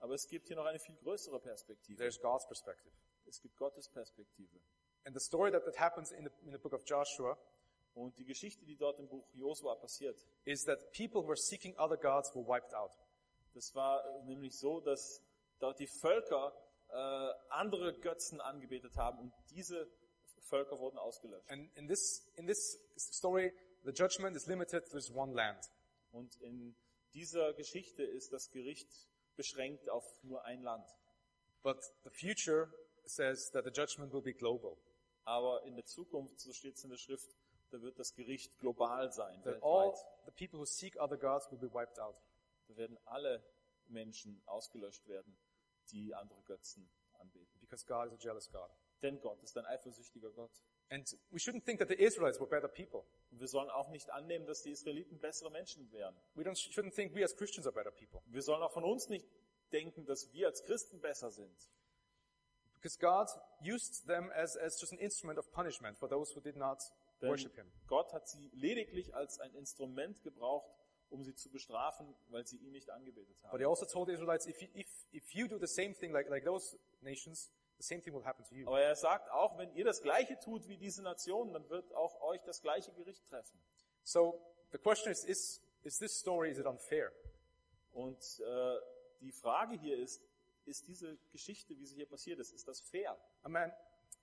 [SPEAKER 2] Aber es gibt hier noch eine viel größere Perspektive.
[SPEAKER 1] There's God's perspective.
[SPEAKER 2] Es gibt Gottes Perspektive.
[SPEAKER 1] And the story that, that happens in the, in the book of Joshua
[SPEAKER 2] Und die Geschichte, die dort im Buch Josua passiert,
[SPEAKER 1] is that people who were seeking other gods were wiped out.
[SPEAKER 2] das war nämlich so, dass dort die Völker äh, andere Götzen angebetet haben und diese Völker wurden ausgelöscht.
[SPEAKER 1] And in this, in this story, the judgment is limited to this one land.
[SPEAKER 2] Und in dieser Geschichte ist das Gericht beschränkt auf nur ein Land.
[SPEAKER 1] But the future says that the judgment will be global.
[SPEAKER 2] Aber in der Zukunft, so steht es in der Schrift, da wird das Gericht global sein,
[SPEAKER 1] That
[SPEAKER 2] weltweit.
[SPEAKER 1] all the people who seek other gods will be wiped out.
[SPEAKER 2] Da werden alle Menschen ausgelöscht werden, die andere Götzen anbeten.
[SPEAKER 1] Because God is a jealous God.
[SPEAKER 2] Denn Gott ist ein eifersüchtiger Gott.
[SPEAKER 1] And we shouldn't think that the Israelites were better people.
[SPEAKER 2] Und wir sollen auch nicht annehmen, dass die Israeliten bessere Menschen wären.
[SPEAKER 1] We don't, shouldn't think we as Christians are better people.
[SPEAKER 2] Wir sollen auch von uns nicht denken, dass wir als Christen besser sind.
[SPEAKER 1] Because God used them as, as just an instrument of punishment for those who did not
[SPEAKER 2] Denn
[SPEAKER 1] worship Him.
[SPEAKER 2] Gott hat sie lediglich als ein Instrument gebraucht, um sie zu bestrafen, weil sie ihn nicht angebetet haben.
[SPEAKER 1] But He also told the Israelites, if you, if, if you do the same thing like, like those nations, the same thing will happen to you.
[SPEAKER 2] Aber er sagt auch, wenn ihr das Gleiche tut wie diese Nationen, dann wird auch euch das gleiche Gericht treffen.
[SPEAKER 1] So the question is, is, is this story, is it unfair?
[SPEAKER 2] Und äh, die Frage hier ist, ist diese Geschichte, wie sie hier passiert ist, ist das fair?
[SPEAKER 1] A man,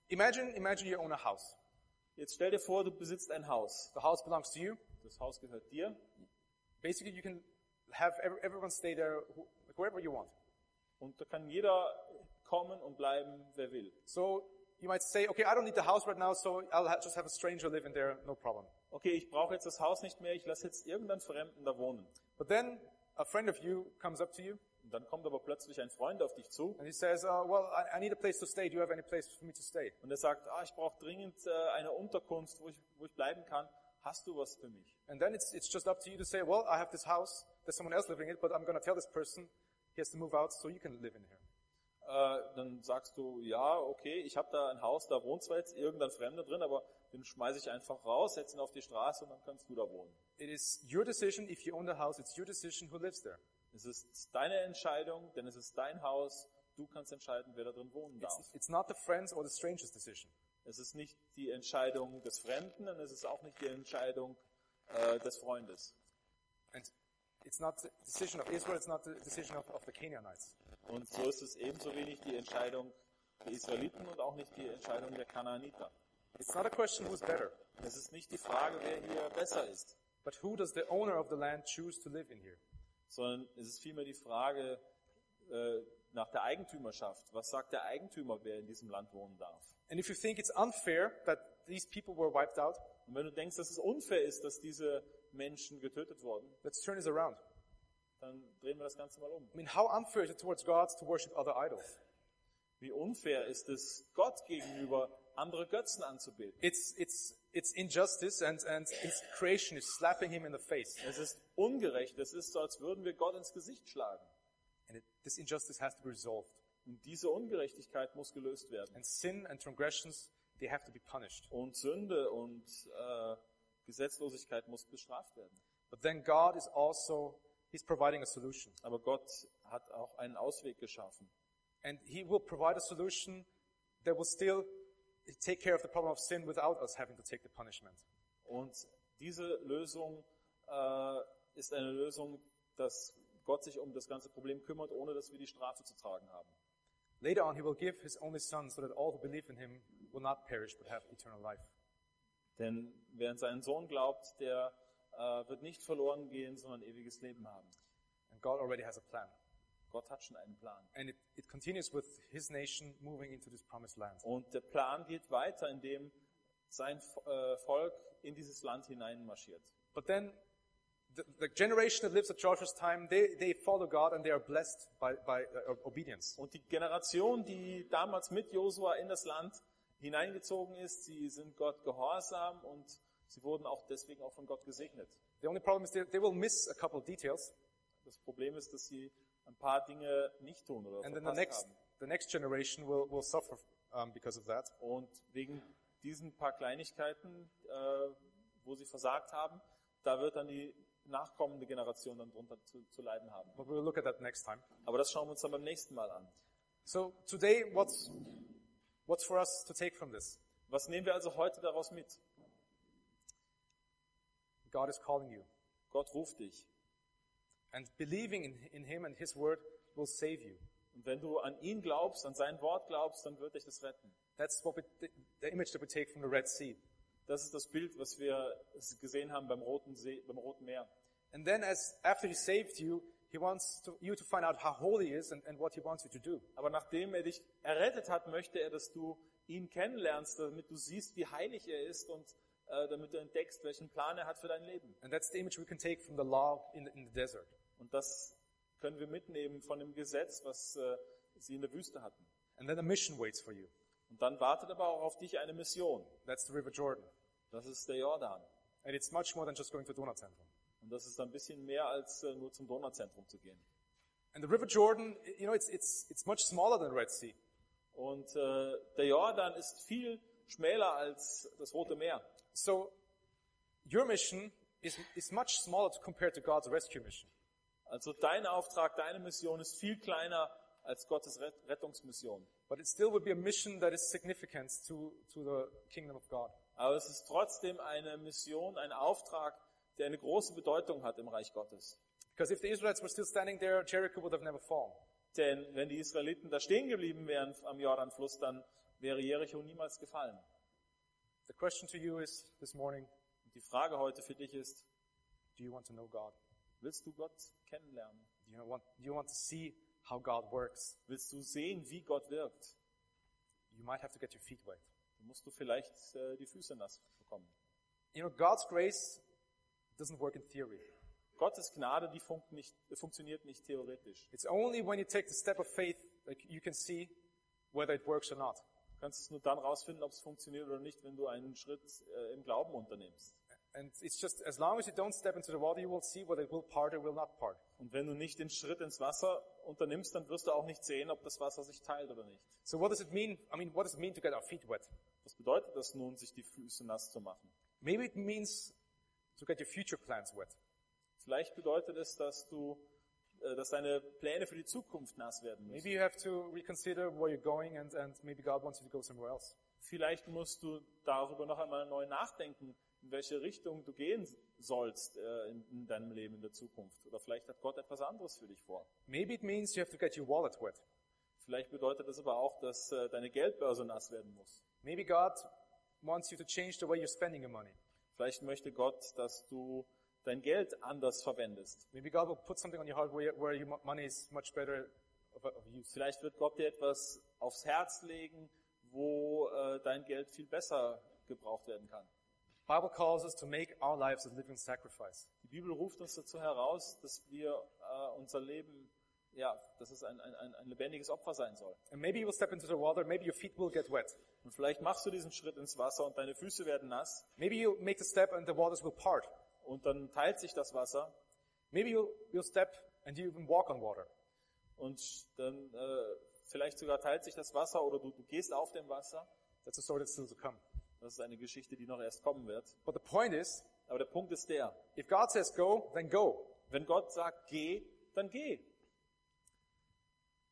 [SPEAKER 1] imagine, imagine you own a house.
[SPEAKER 2] Jetzt stell dir vor, du besitzt ein Haus.
[SPEAKER 1] The house belongs to you.
[SPEAKER 2] Das Haus gehört dir.
[SPEAKER 1] Basically, you can have every, everyone stay there who, whoever you want.
[SPEAKER 2] Und da kann jeder kommen und bleiben, wer will.
[SPEAKER 1] So you might say, okay, I don't need the house right now, so I'll ha- just have a stranger live in there, no problem.
[SPEAKER 2] Okay, ich brauche jetzt das Haus nicht mehr, ich lasse jetzt irgendeinen Fremden da wohnen.
[SPEAKER 1] But then a friend of you comes up to you
[SPEAKER 2] Und dann kommt aber plötzlich ein Freund auf dich zu
[SPEAKER 1] and he says, uh, well, I, I need a place to stay. Do you have any place for me to stay?
[SPEAKER 2] und er sagt, ah, ich brauche dringend äh, eine Unterkunft, wo ich, wo ich bleiben kann. Hast du was für mich?
[SPEAKER 1] And then it's, it's just up to you to say, well, I have this house. There's someone else living in it, but I'm going to tell this person he has to move out so you can live in here.
[SPEAKER 2] äh, dann sagst du, ja, okay, ich habe da ein Haus, da wohnt zwar jetzt irgendein Fremder drin, aber den schmeiße ich einfach raus, setze ihn auf die Straße und dann kannst du da wohnen.
[SPEAKER 1] It is your decision if you own the house. It's your decision who lives there.
[SPEAKER 2] Es ist deine Entscheidung, denn es ist dein Haus, du kannst entscheiden, wer da drin wohnen
[SPEAKER 1] It's,
[SPEAKER 2] darf.
[SPEAKER 1] it's not the friends or the stranger's decision.
[SPEAKER 2] Es ist nicht die Entscheidung des Fremden und es ist auch nicht die Entscheidung äh, des Freundes.
[SPEAKER 1] And it's not the decision of Israel. It's not the decision of, of the Canaanites.
[SPEAKER 2] Und so ist es ebenso wenig die Entscheidung der Israeliten und auch nicht die Entscheidung der Kanaaniter.
[SPEAKER 1] It's not a question who's better,
[SPEAKER 2] Es ist nicht die Frage, wer hier besser ist.
[SPEAKER 1] but who does the owner of the land choose to live in here?
[SPEAKER 2] sondern es ist vielmehr die Frage äh, nach der Eigentümerschaft. Was sagt der Eigentümer, wer in diesem Land wohnen darf?
[SPEAKER 1] And if you think it's unfair that these people were wiped out,
[SPEAKER 2] Und wenn du denkst, dass es unfair ist, dass diese Menschen getötet wurden,
[SPEAKER 1] let's turn this around.
[SPEAKER 2] dann drehen wir das Ganze mal um.
[SPEAKER 1] I mean, how unfair is it towards God to worship other idols?
[SPEAKER 2] Wie unfair ist es, Gott gegenüber andere Götzen anzubeten?
[SPEAKER 1] It's, it's, it's injustice, and, and his creation is slapping him in the face.
[SPEAKER 2] Es ist ungerecht. Es ist so, als würden wir Gott ins Gesicht schlagen.
[SPEAKER 1] And it, this injustice has to be resolved.
[SPEAKER 2] Und diese Ungerechtigkeit muss gelöst werden.
[SPEAKER 1] And sin and transgressions, they have to be punished.
[SPEAKER 2] Und Sünde und äh, Gesetzlosigkeit muss bestraft werden.
[SPEAKER 1] But then God is also, he's providing a solution.
[SPEAKER 2] Aber Gott hat auch einen Ausweg geschaffen.
[SPEAKER 1] And he will provide a solution that will still take care of the problem of sin without us having to take the punishment.
[SPEAKER 2] Und diese Lösung äh, ist eine Lösung, dass Gott sich um das ganze Problem kümmert, ohne dass wir die Strafe zu tragen haben.
[SPEAKER 1] Later on, he will give his only son so that all who believe in him will not perish but have eternal life.
[SPEAKER 2] Denn wer an seinen Sohn glaubt, der äh, wird nicht verloren gehen, sondern ewiges Leben haben.
[SPEAKER 1] And God already has a plan.
[SPEAKER 2] Gott hat schon einen Plan.
[SPEAKER 1] And it, it continues with his nation moving into this promised land.
[SPEAKER 2] Und der Plan geht weiter, indem sein äh, Volk in dieses Land hineinmarschiert.
[SPEAKER 1] But then the, the generation that lives at Joshua's time, they, they follow God and they are blessed by, by uh, obedience.
[SPEAKER 2] Und die Generation, die damals mit Josua in das Land hineingezogen ist, sie sind Gott gehorsam und sie wurden auch deswegen auch von Gott gesegnet.
[SPEAKER 1] The only problem is they, they will miss a couple of details,
[SPEAKER 2] Das Problem ist, dass sie ein paar Dinge nicht tun oder
[SPEAKER 1] and then the
[SPEAKER 2] verpasst
[SPEAKER 1] next,
[SPEAKER 2] haben.
[SPEAKER 1] the next generation will, will suffer um, because of that.
[SPEAKER 2] Und wegen diesen paar Kleinigkeiten, äh, wo sie versagt haben, da wird dann die nachkommende Generation dann drunter zu, zu leiden haben.
[SPEAKER 1] But we'll look at that next time.
[SPEAKER 2] Aber das schauen wir uns dann beim nächsten Mal an.
[SPEAKER 1] So today, what's, what's for us to take from this?
[SPEAKER 2] Was nehmen wir also heute daraus mit?
[SPEAKER 1] God is calling you.
[SPEAKER 2] Gott ruft dich.
[SPEAKER 1] And believing in, in him and his word will save you.
[SPEAKER 2] Und wenn du an ihn glaubst, an sein Wort glaubst, dann wird dich das retten.
[SPEAKER 1] That's what we, the, the image that we take from the Red Sea.
[SPEAKER 2] Das ist das Bild, was wir gesehen haben beim Roten, See, beim Roten Meer.
[SPEAKER 1] And then as after he saved you, he wants to, you to find out how holy he is and, and what he wants you to do.
[SPEAKER 2] Aber nachdem er dich errettet hat, möchte er, dass du ihn kennenlernst, damit du siehst, wie heilig er ist und äh, damit du entdeckst, welchen Plan er hat für dein Leben.
[SPEAKER 1] And that's the image we can take from the law in the, in the desert.
[SPEAKER 2] Und das können wir mitnehmen von dem Gesetz, was äh, sie in der Wüste hatten.
[SPEAKER 1] And then a mission waits for you.
[SPEAKER 2] Und dann wartet aber auch auf dich eine Mission.
[SPEAKER 1] That's the River Jordan.
[SPEAKER 2] Das ist der Jordan.
[SPEAKER 1] And it's much more than just going to Donauzentrum.
[SPEAKER 2] Und das ist ein bisschen mehr als äh, nur zum Donauzentrum zu gehen.
[SPEAKER 1] And the River Jordan, you know, it's, it's, it's much smaller than the Red Sea.
[SPEAKER 2] Und äh, der Jordan ist viel schmäler als das Rote Meer.
[SPEAKER 1] So your mission is, is much smaller to compared to God's rescue mission.
[SPEAKER 2] Also dein Auftrag, deine Mission ist viel kleiner als Gottes Ret- Rettungsmission.
[SPEAKER 1] But it still would be a mission that is significant to, to the kingdom of God.
[SPEAKER 2] Aber es ist trotzdem eine Mission, ein Auftrag, der eine große Bedeutung hat im Reich Gottes.
[SPEAKER 1] Because if the Israelites were still standing there, Jericho would have never fallen.
[SPEAKER 2] Denn wenn die Israeliten da stehen geblieben wären am Jordanfluss, dann wäre Jericho niemals gefallen.
[SPEAKER 1] The question to you is this morning,
[SPEAKER 2] Und die Frage heute für dich ist,
[SPEAKER 1] do you want to know God?
[SPEAKER 2] willst du Gott kennenlernen?
[SPEAKER 1] Do you want, do you want to see how God works?
[SPEAKER 2] Willst du sehen, wie Gott wirkt?
[SPEAKER 1] You might have to get your feet wet.
[SPEAKER 2] Dann musst du vielleicht äh, die Füße nass bekommen.
[SPEAKER 1] You know, God's grace doesn't work in theory.
[SPEAKER 2] Gottes Gnade, die funkt nicht, äh, funktioniert nicht theoretisch.
[SPEAKER 1] It's only when you take the step of faith that you can see whether it works or not.
[SPEAKER 2] Du kannst es nur dann rausfinden, ob es funktioniert oder nicht, wenn du einen Schritt äh, im Glauben unternimmst.
[SPEAKER 1] And it's just as long as you don't step into the water, you will see whether it will part or will not part.
[SPEAKER 2] Und wenn du nicht den Schritt ins Wasser unternimmst, dann wirst du auch nicht sehen, ob das Wasser sich teilt oder nicht.
[SPEAKER 1] So what does it mean? I mean, what does it mean to get our feet wet?
[SPEAKER 2] Was bedeutet das nun, sich die Füße nass zu machen?
[SPEAKER 1] Maybe it means to get your future plans wet.
[SPEAKER 2] Vielleicht bedeutet es, dass du, äh, dass deine Pläne für die Zukunft nass werden müssen.
[SPEAKER 1] Maybe you have to reconsider where you're going and, and maybe God wants you to go somewhere else.
[SPEAKER 2] Vielleicht musst du darüber noch einmal neu nachdenken, in welche Richtung du gehen sollst äh, in, in deinem Leben in der Zukunft. Oder vielleicht hat Gott etwas anderes für dich vor.
[SPEAKER 1] Maybe it means you have to get your wallet wet.
[SPEAKER 2] Vielleicht bedeutet das aber auch, dass äh, deine Geldbörse nass werden muss.
[SPEAKER 1] Maybe God wants you to change the way you're spending your money.
[SPEAKER 2] Vielleicht möchte Gott, dass du dein Geld anders verwendest.
[SPEAKER 1] Maybe God will put something on your heart where, where your mo- money is much better of, of use.
[SPEAKER 2] Vielleicht wird Gott dir etwas aufs Herz legen, wo äh, dein Geld viel besser gebraucht werden kann.
[SPEAKER 1] Bible calls us to make our lives a living sacrifice.
[SPEAKER 2] Die Bibel ruft uns dazu heraus, dass wir äh, unser Leben, ja, dass es ein, ein, ein ein lebendiges Opfer sein soll.
[SPEAKER 1] And maybe you will step into the water, maybe your feet will get wet.
[SPEAKER 2] Und vielleicht machst du diesen Schritt ins Wasser und deine Füße werden nass
[SPEAKER 1] Maybe you make the step and the waters will part.
[SPEAKER 2] und dann teilt sich das Wasser
[SPEAKER 1] Maybe you'll, you'll step and you even walk on water.
[SPEAKER 2] und dann äh, vielleicht sogar teilt sich das Wasser oder du, du gehst auf dem Wasser.
[SPEAKER 1] That's a story that's still to come.
[SPEAKER 2] Das ist eine Geschichte, die noch erst kommen wird.
[SPEAKER 1] But the point is,
[SPEAKER 2] Aber der Punkt ist der,
[SPEAKER 1] if God says go, then go.
[SPEAKER 2] wenn Gott sagt, geh, dann geh.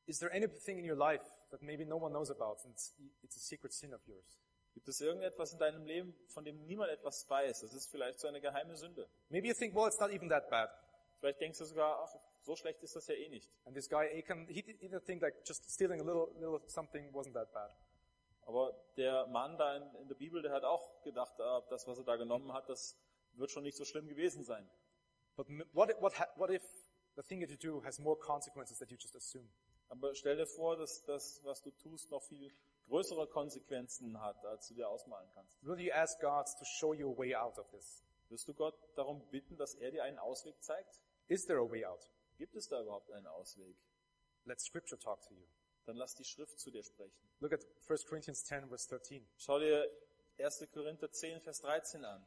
[SPEAKER 1] Is there anything in your life that maybe no one knows about and it's, it's a secret sin of yours?
[SPEAKER 2] Gibt es irgendetwas in deinem Leben, von dem niemand etwas weiß? Das ist vielleicht so eine geheime Sünde.
[SPEAKER 1] Maybe you think, well, it's not even that bad.
[SPEAKER 2] Vielleicht denkst du sogar, ach, so schlecht ist das ja eh nicht.
[SPEAKER 1] And this guy Achan, he did- he didn't think like just stealing a little, little something wasn't that bad.
[SPEAKER 2] Aber der Mann da in, in der Bibel, der hat auch gedacht, ah, das, was er da genommen hat, das wird schon nicht so schlimm gewesen sein.
[SPEAKER 1] But m- what, if- what, ha- what if the thing that you do has more consequences that you just assume?
[SPEAKER 2] Aber stell dir vor, dass das, was du tust, noch viel größere Konsequenzen hat, als du dir ausmalen kannst.
[SPEAKER 1] Will you ask God to show you a way out of this?
[SPEAKER 2] Wirst du Gott darum bitten, dass er dir einen Ausweg zeigt?
[SPEAKER 1] Is there a way out?
[SPEAKER 2] Gibt es da überhaupt einen Ausweg?
[SPEAKER 1] Let scripture talk to you.
[SPEAKER 2] Dann lass die Schrift zu dir sprechen.
[SPEAKER 1] Look at 1 Corinthians 10 verse 13.
[SPEAKER 2] Schau dir 1. Korinther 10, Vers 13 an.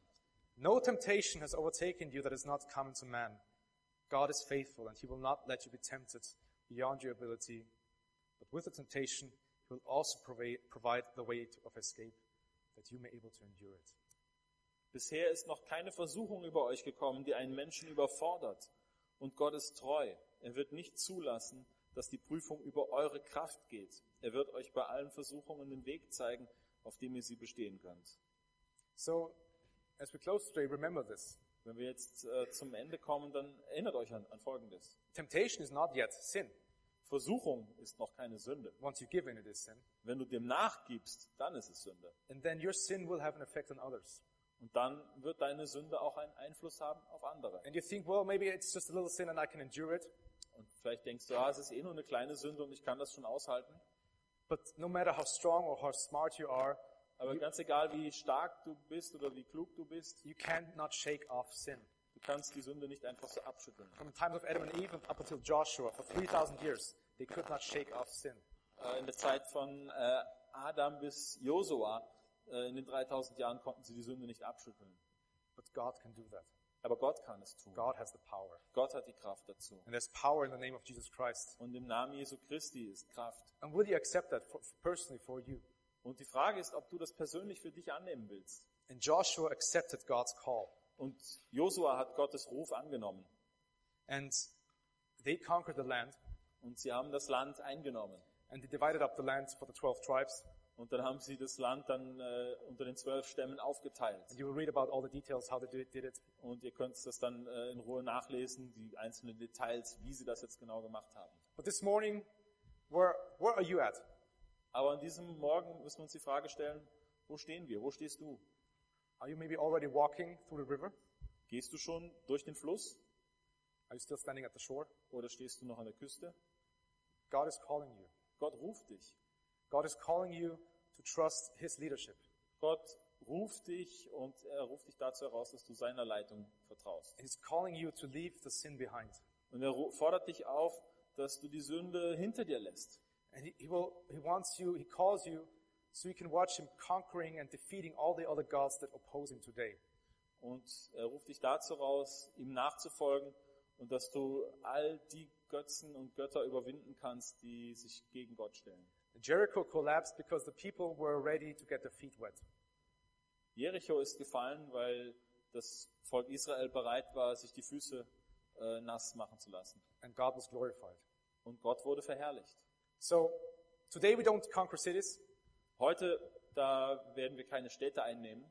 [SPEAKER 1] No temptation has overtaken you that is not common to man. God is faithful and he will not let you be tempted beyond your ability. But with the temptation, he will also provi- provide the way to- of escape that you may be able to endure it.
[SPEAKER 2] Bisher ist noch keine Versuchung über euch gekommen, die einen Menschen überfordert. Und Gott ist treu. Er wird nicht zulassen, dass die Prüfung über eure Kraft geht. Er wird euch bei allen Versuchungen den Weg zeigen, auf dem ihr sie bestehen könnt.
[SPEAKER 1] So, as we close today, remember this.
[SPEAKER 2] Wenn wir jetzt äh, zum Ende kommen, dann erinnert euch an, an Folgendes.
[SPEAKER 1] Temptation is not yet sin.
[SPEAKER 2] Versuchung ist noch keine Sünde.
[SPEAKER 1] Once you give in, it is sin.
[SPEAKER 2] Wenn du dem nachgibst, dann ist es Sünde.
[SPEAKER 1] And then your sin will have an effect on others.
[SPEAKER 2] Und dann wird deine Sünde auch einen Einfluss haben auf andere.
[SPEAKER 1] And you think, well, maybe it's just a little sin and I can endure it.
[SPEAKER 2] Und vielleicht denkst du, ah, es ist eh nur eine kleine Sünde und ich kann das schon aushalten.
[SPEAKER 1] But no matter how strong or how smart you are,
[SPEAKER 2] Aber ganz egal, wie stark du bist oder wie klug du bist,
[SPEAKER 1] you cannot shake off sin.
[SPEAKER 2] du kannst die Sünde nicht einfach so abschütteln.
[SPEAKER 1] From the times of Adam and Eve up until Joshua, for 3,000 years, they could not shake off sin.
[SPEAKER 2] Äh, In der Zeit von äh, Adam bis Josua, äh, in den 3000 Jahren, konnten sie die Sünde nicht abschütteln.
[SPEAKER 1] But God can do that.
[SPEAKER 2] Aber Gott kann es tun.
[SPEAKER 1] God has the power.
[SPEAKER 2] Gott hat die Kraft dazu.
[SPEAKER 1] And there's power in the name of Jesus Christ.
[SPEAKER 2] Und im Namen Jesu Christi ist Kraft.
[SPEAKER 1] And will you accept that for, for personally for you?
[SPEAKER 2] Und die Frage ist, ob du das persönlich für dich annehmen willst.
[SPEAKER 1] And Joshua accepted God's call.
[SPEAKER 2] Und Josua hat Gottes Ruf angenommen.
[SPEAKER 1] And they conquered the land,
[SPEAKER 2] Und sie haben das Land eingenommen.
[SPEAKER 1] and they divided up the land for the 12 tribes.
[SPEAKER 2] Und dann haben sie das Land dann äh, unter den zwölf Stämmen aufgeteilt.
[SPEAKER 1] And you will read about all the details, how they did did it.
[SPEAKER 2] Und ihr könnt das dann äh, in Ruhe nachlesen, die einzelnen Details, wie sie das jetzt genau gemacht haben.
[SPEAKER 1] But this morning, where, where are you at?
[SPEAKER 2] Aber an diesem Morgen müssen wir uns die Frage stellen, wo stehen wir? Wo stehst du?
[SPEAKER 1] Are you maybe already walking through the river?
[SPEAKER 2] Gehst du schon durch den Fluss
[SPEAKER 1] Are you still standing at the shore?
[SPEAKER 2] oder stehst du noch an der Küste?
[SPEAKER 1] God is calling you.
[SPEAKER 2] Gott ruft dich.
[SPEAKER 1] God is calling you to trust His leadership.
[SPEAKER 2] Gott ruft dich und er ruft dich dazu heraus, dass du seiner Leitung vertraust.
[SPEAKER 1] He's calling you to leave the sin behind.
[SPEAKER 2] Und er ru- fordert dich auf, dass du die Sünde hinter dir lässt.
[SPEAKER 1] And he, he will, He wants you, He calls you so you can watch Him conquering and defeating all the other gods that oppose Him today.
[SPEAKER 2] Und er ruft dich dazu raus, ihm nachzufolgen und dass du all die Götzen und Götter überwinden kannst, die sich gegen Gott stellen.
[SPEAKER 1] Jericho collapsed because the people were ready to get their feet wet.
[SPEAKER 2] Jericho ist gefallen, weil das Volk Israel bereit war, sich die Füße äh, nass machen zu lassen.
[SPEAKER 1] And God was glorified.
[SPEAKER 2] Und Gott wurde verherrlicht.
[SPEAKER 1] So today we don't conquer cities
[SPEAKER 2] Heute, da werden wir keine Städte einnehmen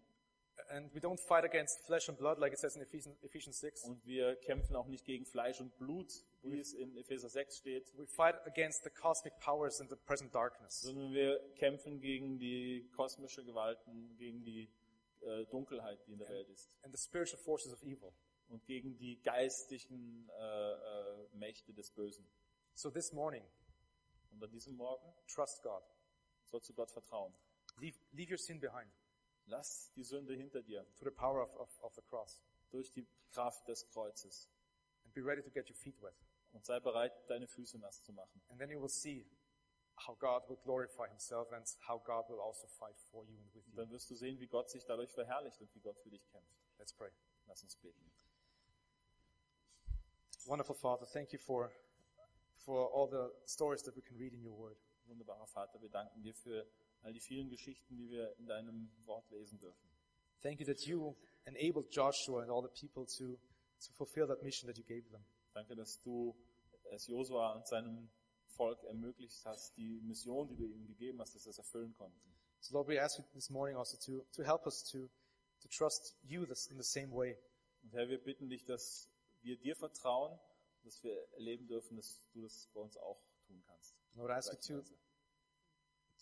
[SPEAKER 1] and we don't fight against flesh and blood like it says in Ephesians, Ephesians 6.
[SPEAKER 2] und wir kämpfen auch nicht gegen Fleisch und Blut, wie es in Epheser 6 steht,
[SPEAKER 1] We fight against the cosmic powers in the present darkness.
[SPEAKER 2] sondern wir kämpfen gegen die kosmische Gewalten, gegen die äh, Dunkelheit, die in der Welt ist.
[SPEAKER 1] and the spiritual forces of evil.
[SPEAKER 2] und gegen die geistigen äh, äh, Mächte des Bösen.
[SPEAKER 1] So this morning,
[SPEAKER 2] Und an diesem Morgen
[SPEAKER 1] trust God.
[SPEAKER 2] sollst du Gott vertrauen.
[SPEAKER 1] Leave, leave your sin behind
[SPEAKER 2] Lass die Sünde hinter dir
[SPEAKER 1] through the power of, of, of the cross
[SPEAKER 2] durch die Kraft des Kreuzes
[SPEAKER 1] and be ready to get your feet wet.
[SPEAKER 2] und sei bereit, deine Füße nass zu machen.
[SPEAKER 1] And then you will see how God will glorify himself and how God will also fight for you and with
[SPEAKER 2] Und
[SPEAKER 1] you.
[SPEAKER 2] dann wirst du sehen, wie Gott sich dadurch verherrlicht und wie Gott für dich kämpft.
[SPEAKER 1] Let's pray.
[SPEAKER 2] Lass uns beten.
[SPEAKER 1] Wonderful Father, thank you for, for all the stories that we can read in your word.
[SPEAKER 2] Wunderbarer Vater, wir danken dir für all die vielen Geschichten, die wir in deinem Wort lesen dürfen.
[SPEAKER 1] Thank you that you enabled Joshua and all the people to, to fulfill that mission that you gave them.
[SPEAKER 2] Danke, dass du es Josua und seinem Volk ermöglicht hast, die Mission, die du ihm gegeben hast, dass sie es erfüllen konnten.
[SPEAKER 1] So Lord, we ask you this morning also to, to help us to, to trust you this, in the same way.
[SPEAKER 2] Und Herr, wir bitten dich, dass wir dir vertrauen, dass wir erleben dürfen, dass du das bei uns auch tun kannst.
[SPEAKER 1] Lord, I ask you to,
[SPEAKER 2] Gleicherweise.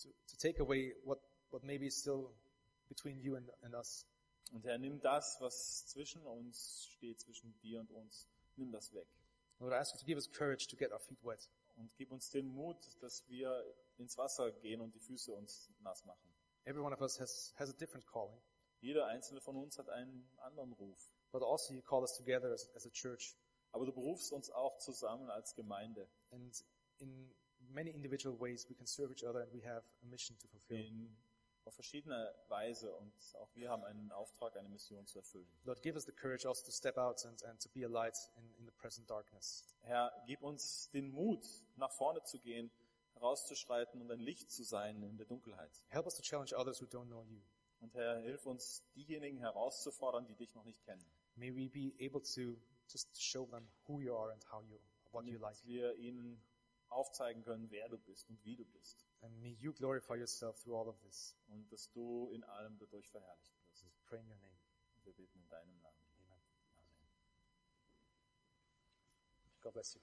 [SPEAKER 1] to, to take away what, what maybe is still between you and, and us.
[SPEAKER 2] Und Herr, nimm das, was zwischen uns steht, zwischen dir und uns, nimm das weg.
[SPEAKER 1] Lord, I ask you to give us courage to get our feet wet.
[SPEAKER 2] Und gib uns den Mut, dass wir ins Wasser gehen und die Füße uns nass machen.
[SPEAKER 1] Every one of us has, has a different calling,
[SPEAKER 2] Jeder einzelne von uns hat einen anderen Ruf.
[SPEAKER 1] but also you call us together as, as a church.
[SPEAKER 2] Aber du berufst uns auch zusammen als Gemeinde.
[SPEAKER 1] And in many individual ways, we can serve each other and we have a mission to fulfill.
[SPEAKER 2] in, auf verschiedene Weise und auch wir haben einen Auftrag, eine Mission zu erfüllen.
[SPEAKER 1] Lord, give us the courage also to step out and, and to be a light in, in the present darkness.
[SPEAKER 2] Herr, gib uns den Mut, nach vorne zu gehen, herauszuschreiten und ein Licht zu sein in der Dunkelheit.
[SPEAKER 1] Help us to challenge others who don't know you.
[SPEAKER 2] Und Herr, hilf uns, diejenigen herauszufordern, die dich noch nicht kennen.
[SPEAKER 1] May we be able to just show them who you are and how you, what you like.
[SPEAKER 2] Dass wir ihnen aufzeigen können, wer du bist und wie du bist.
[SPEAKER 1] And may you glorify yourself through all of this.
[SPEAKER 2] Und dass du in allem dadurch verherrlicht wirst.
[SPEAKER 1] We pray in your name.
[SPEAKER 2] Und wir beten in deinem Namen.
[SPEAKER 1] Amen. God bless you.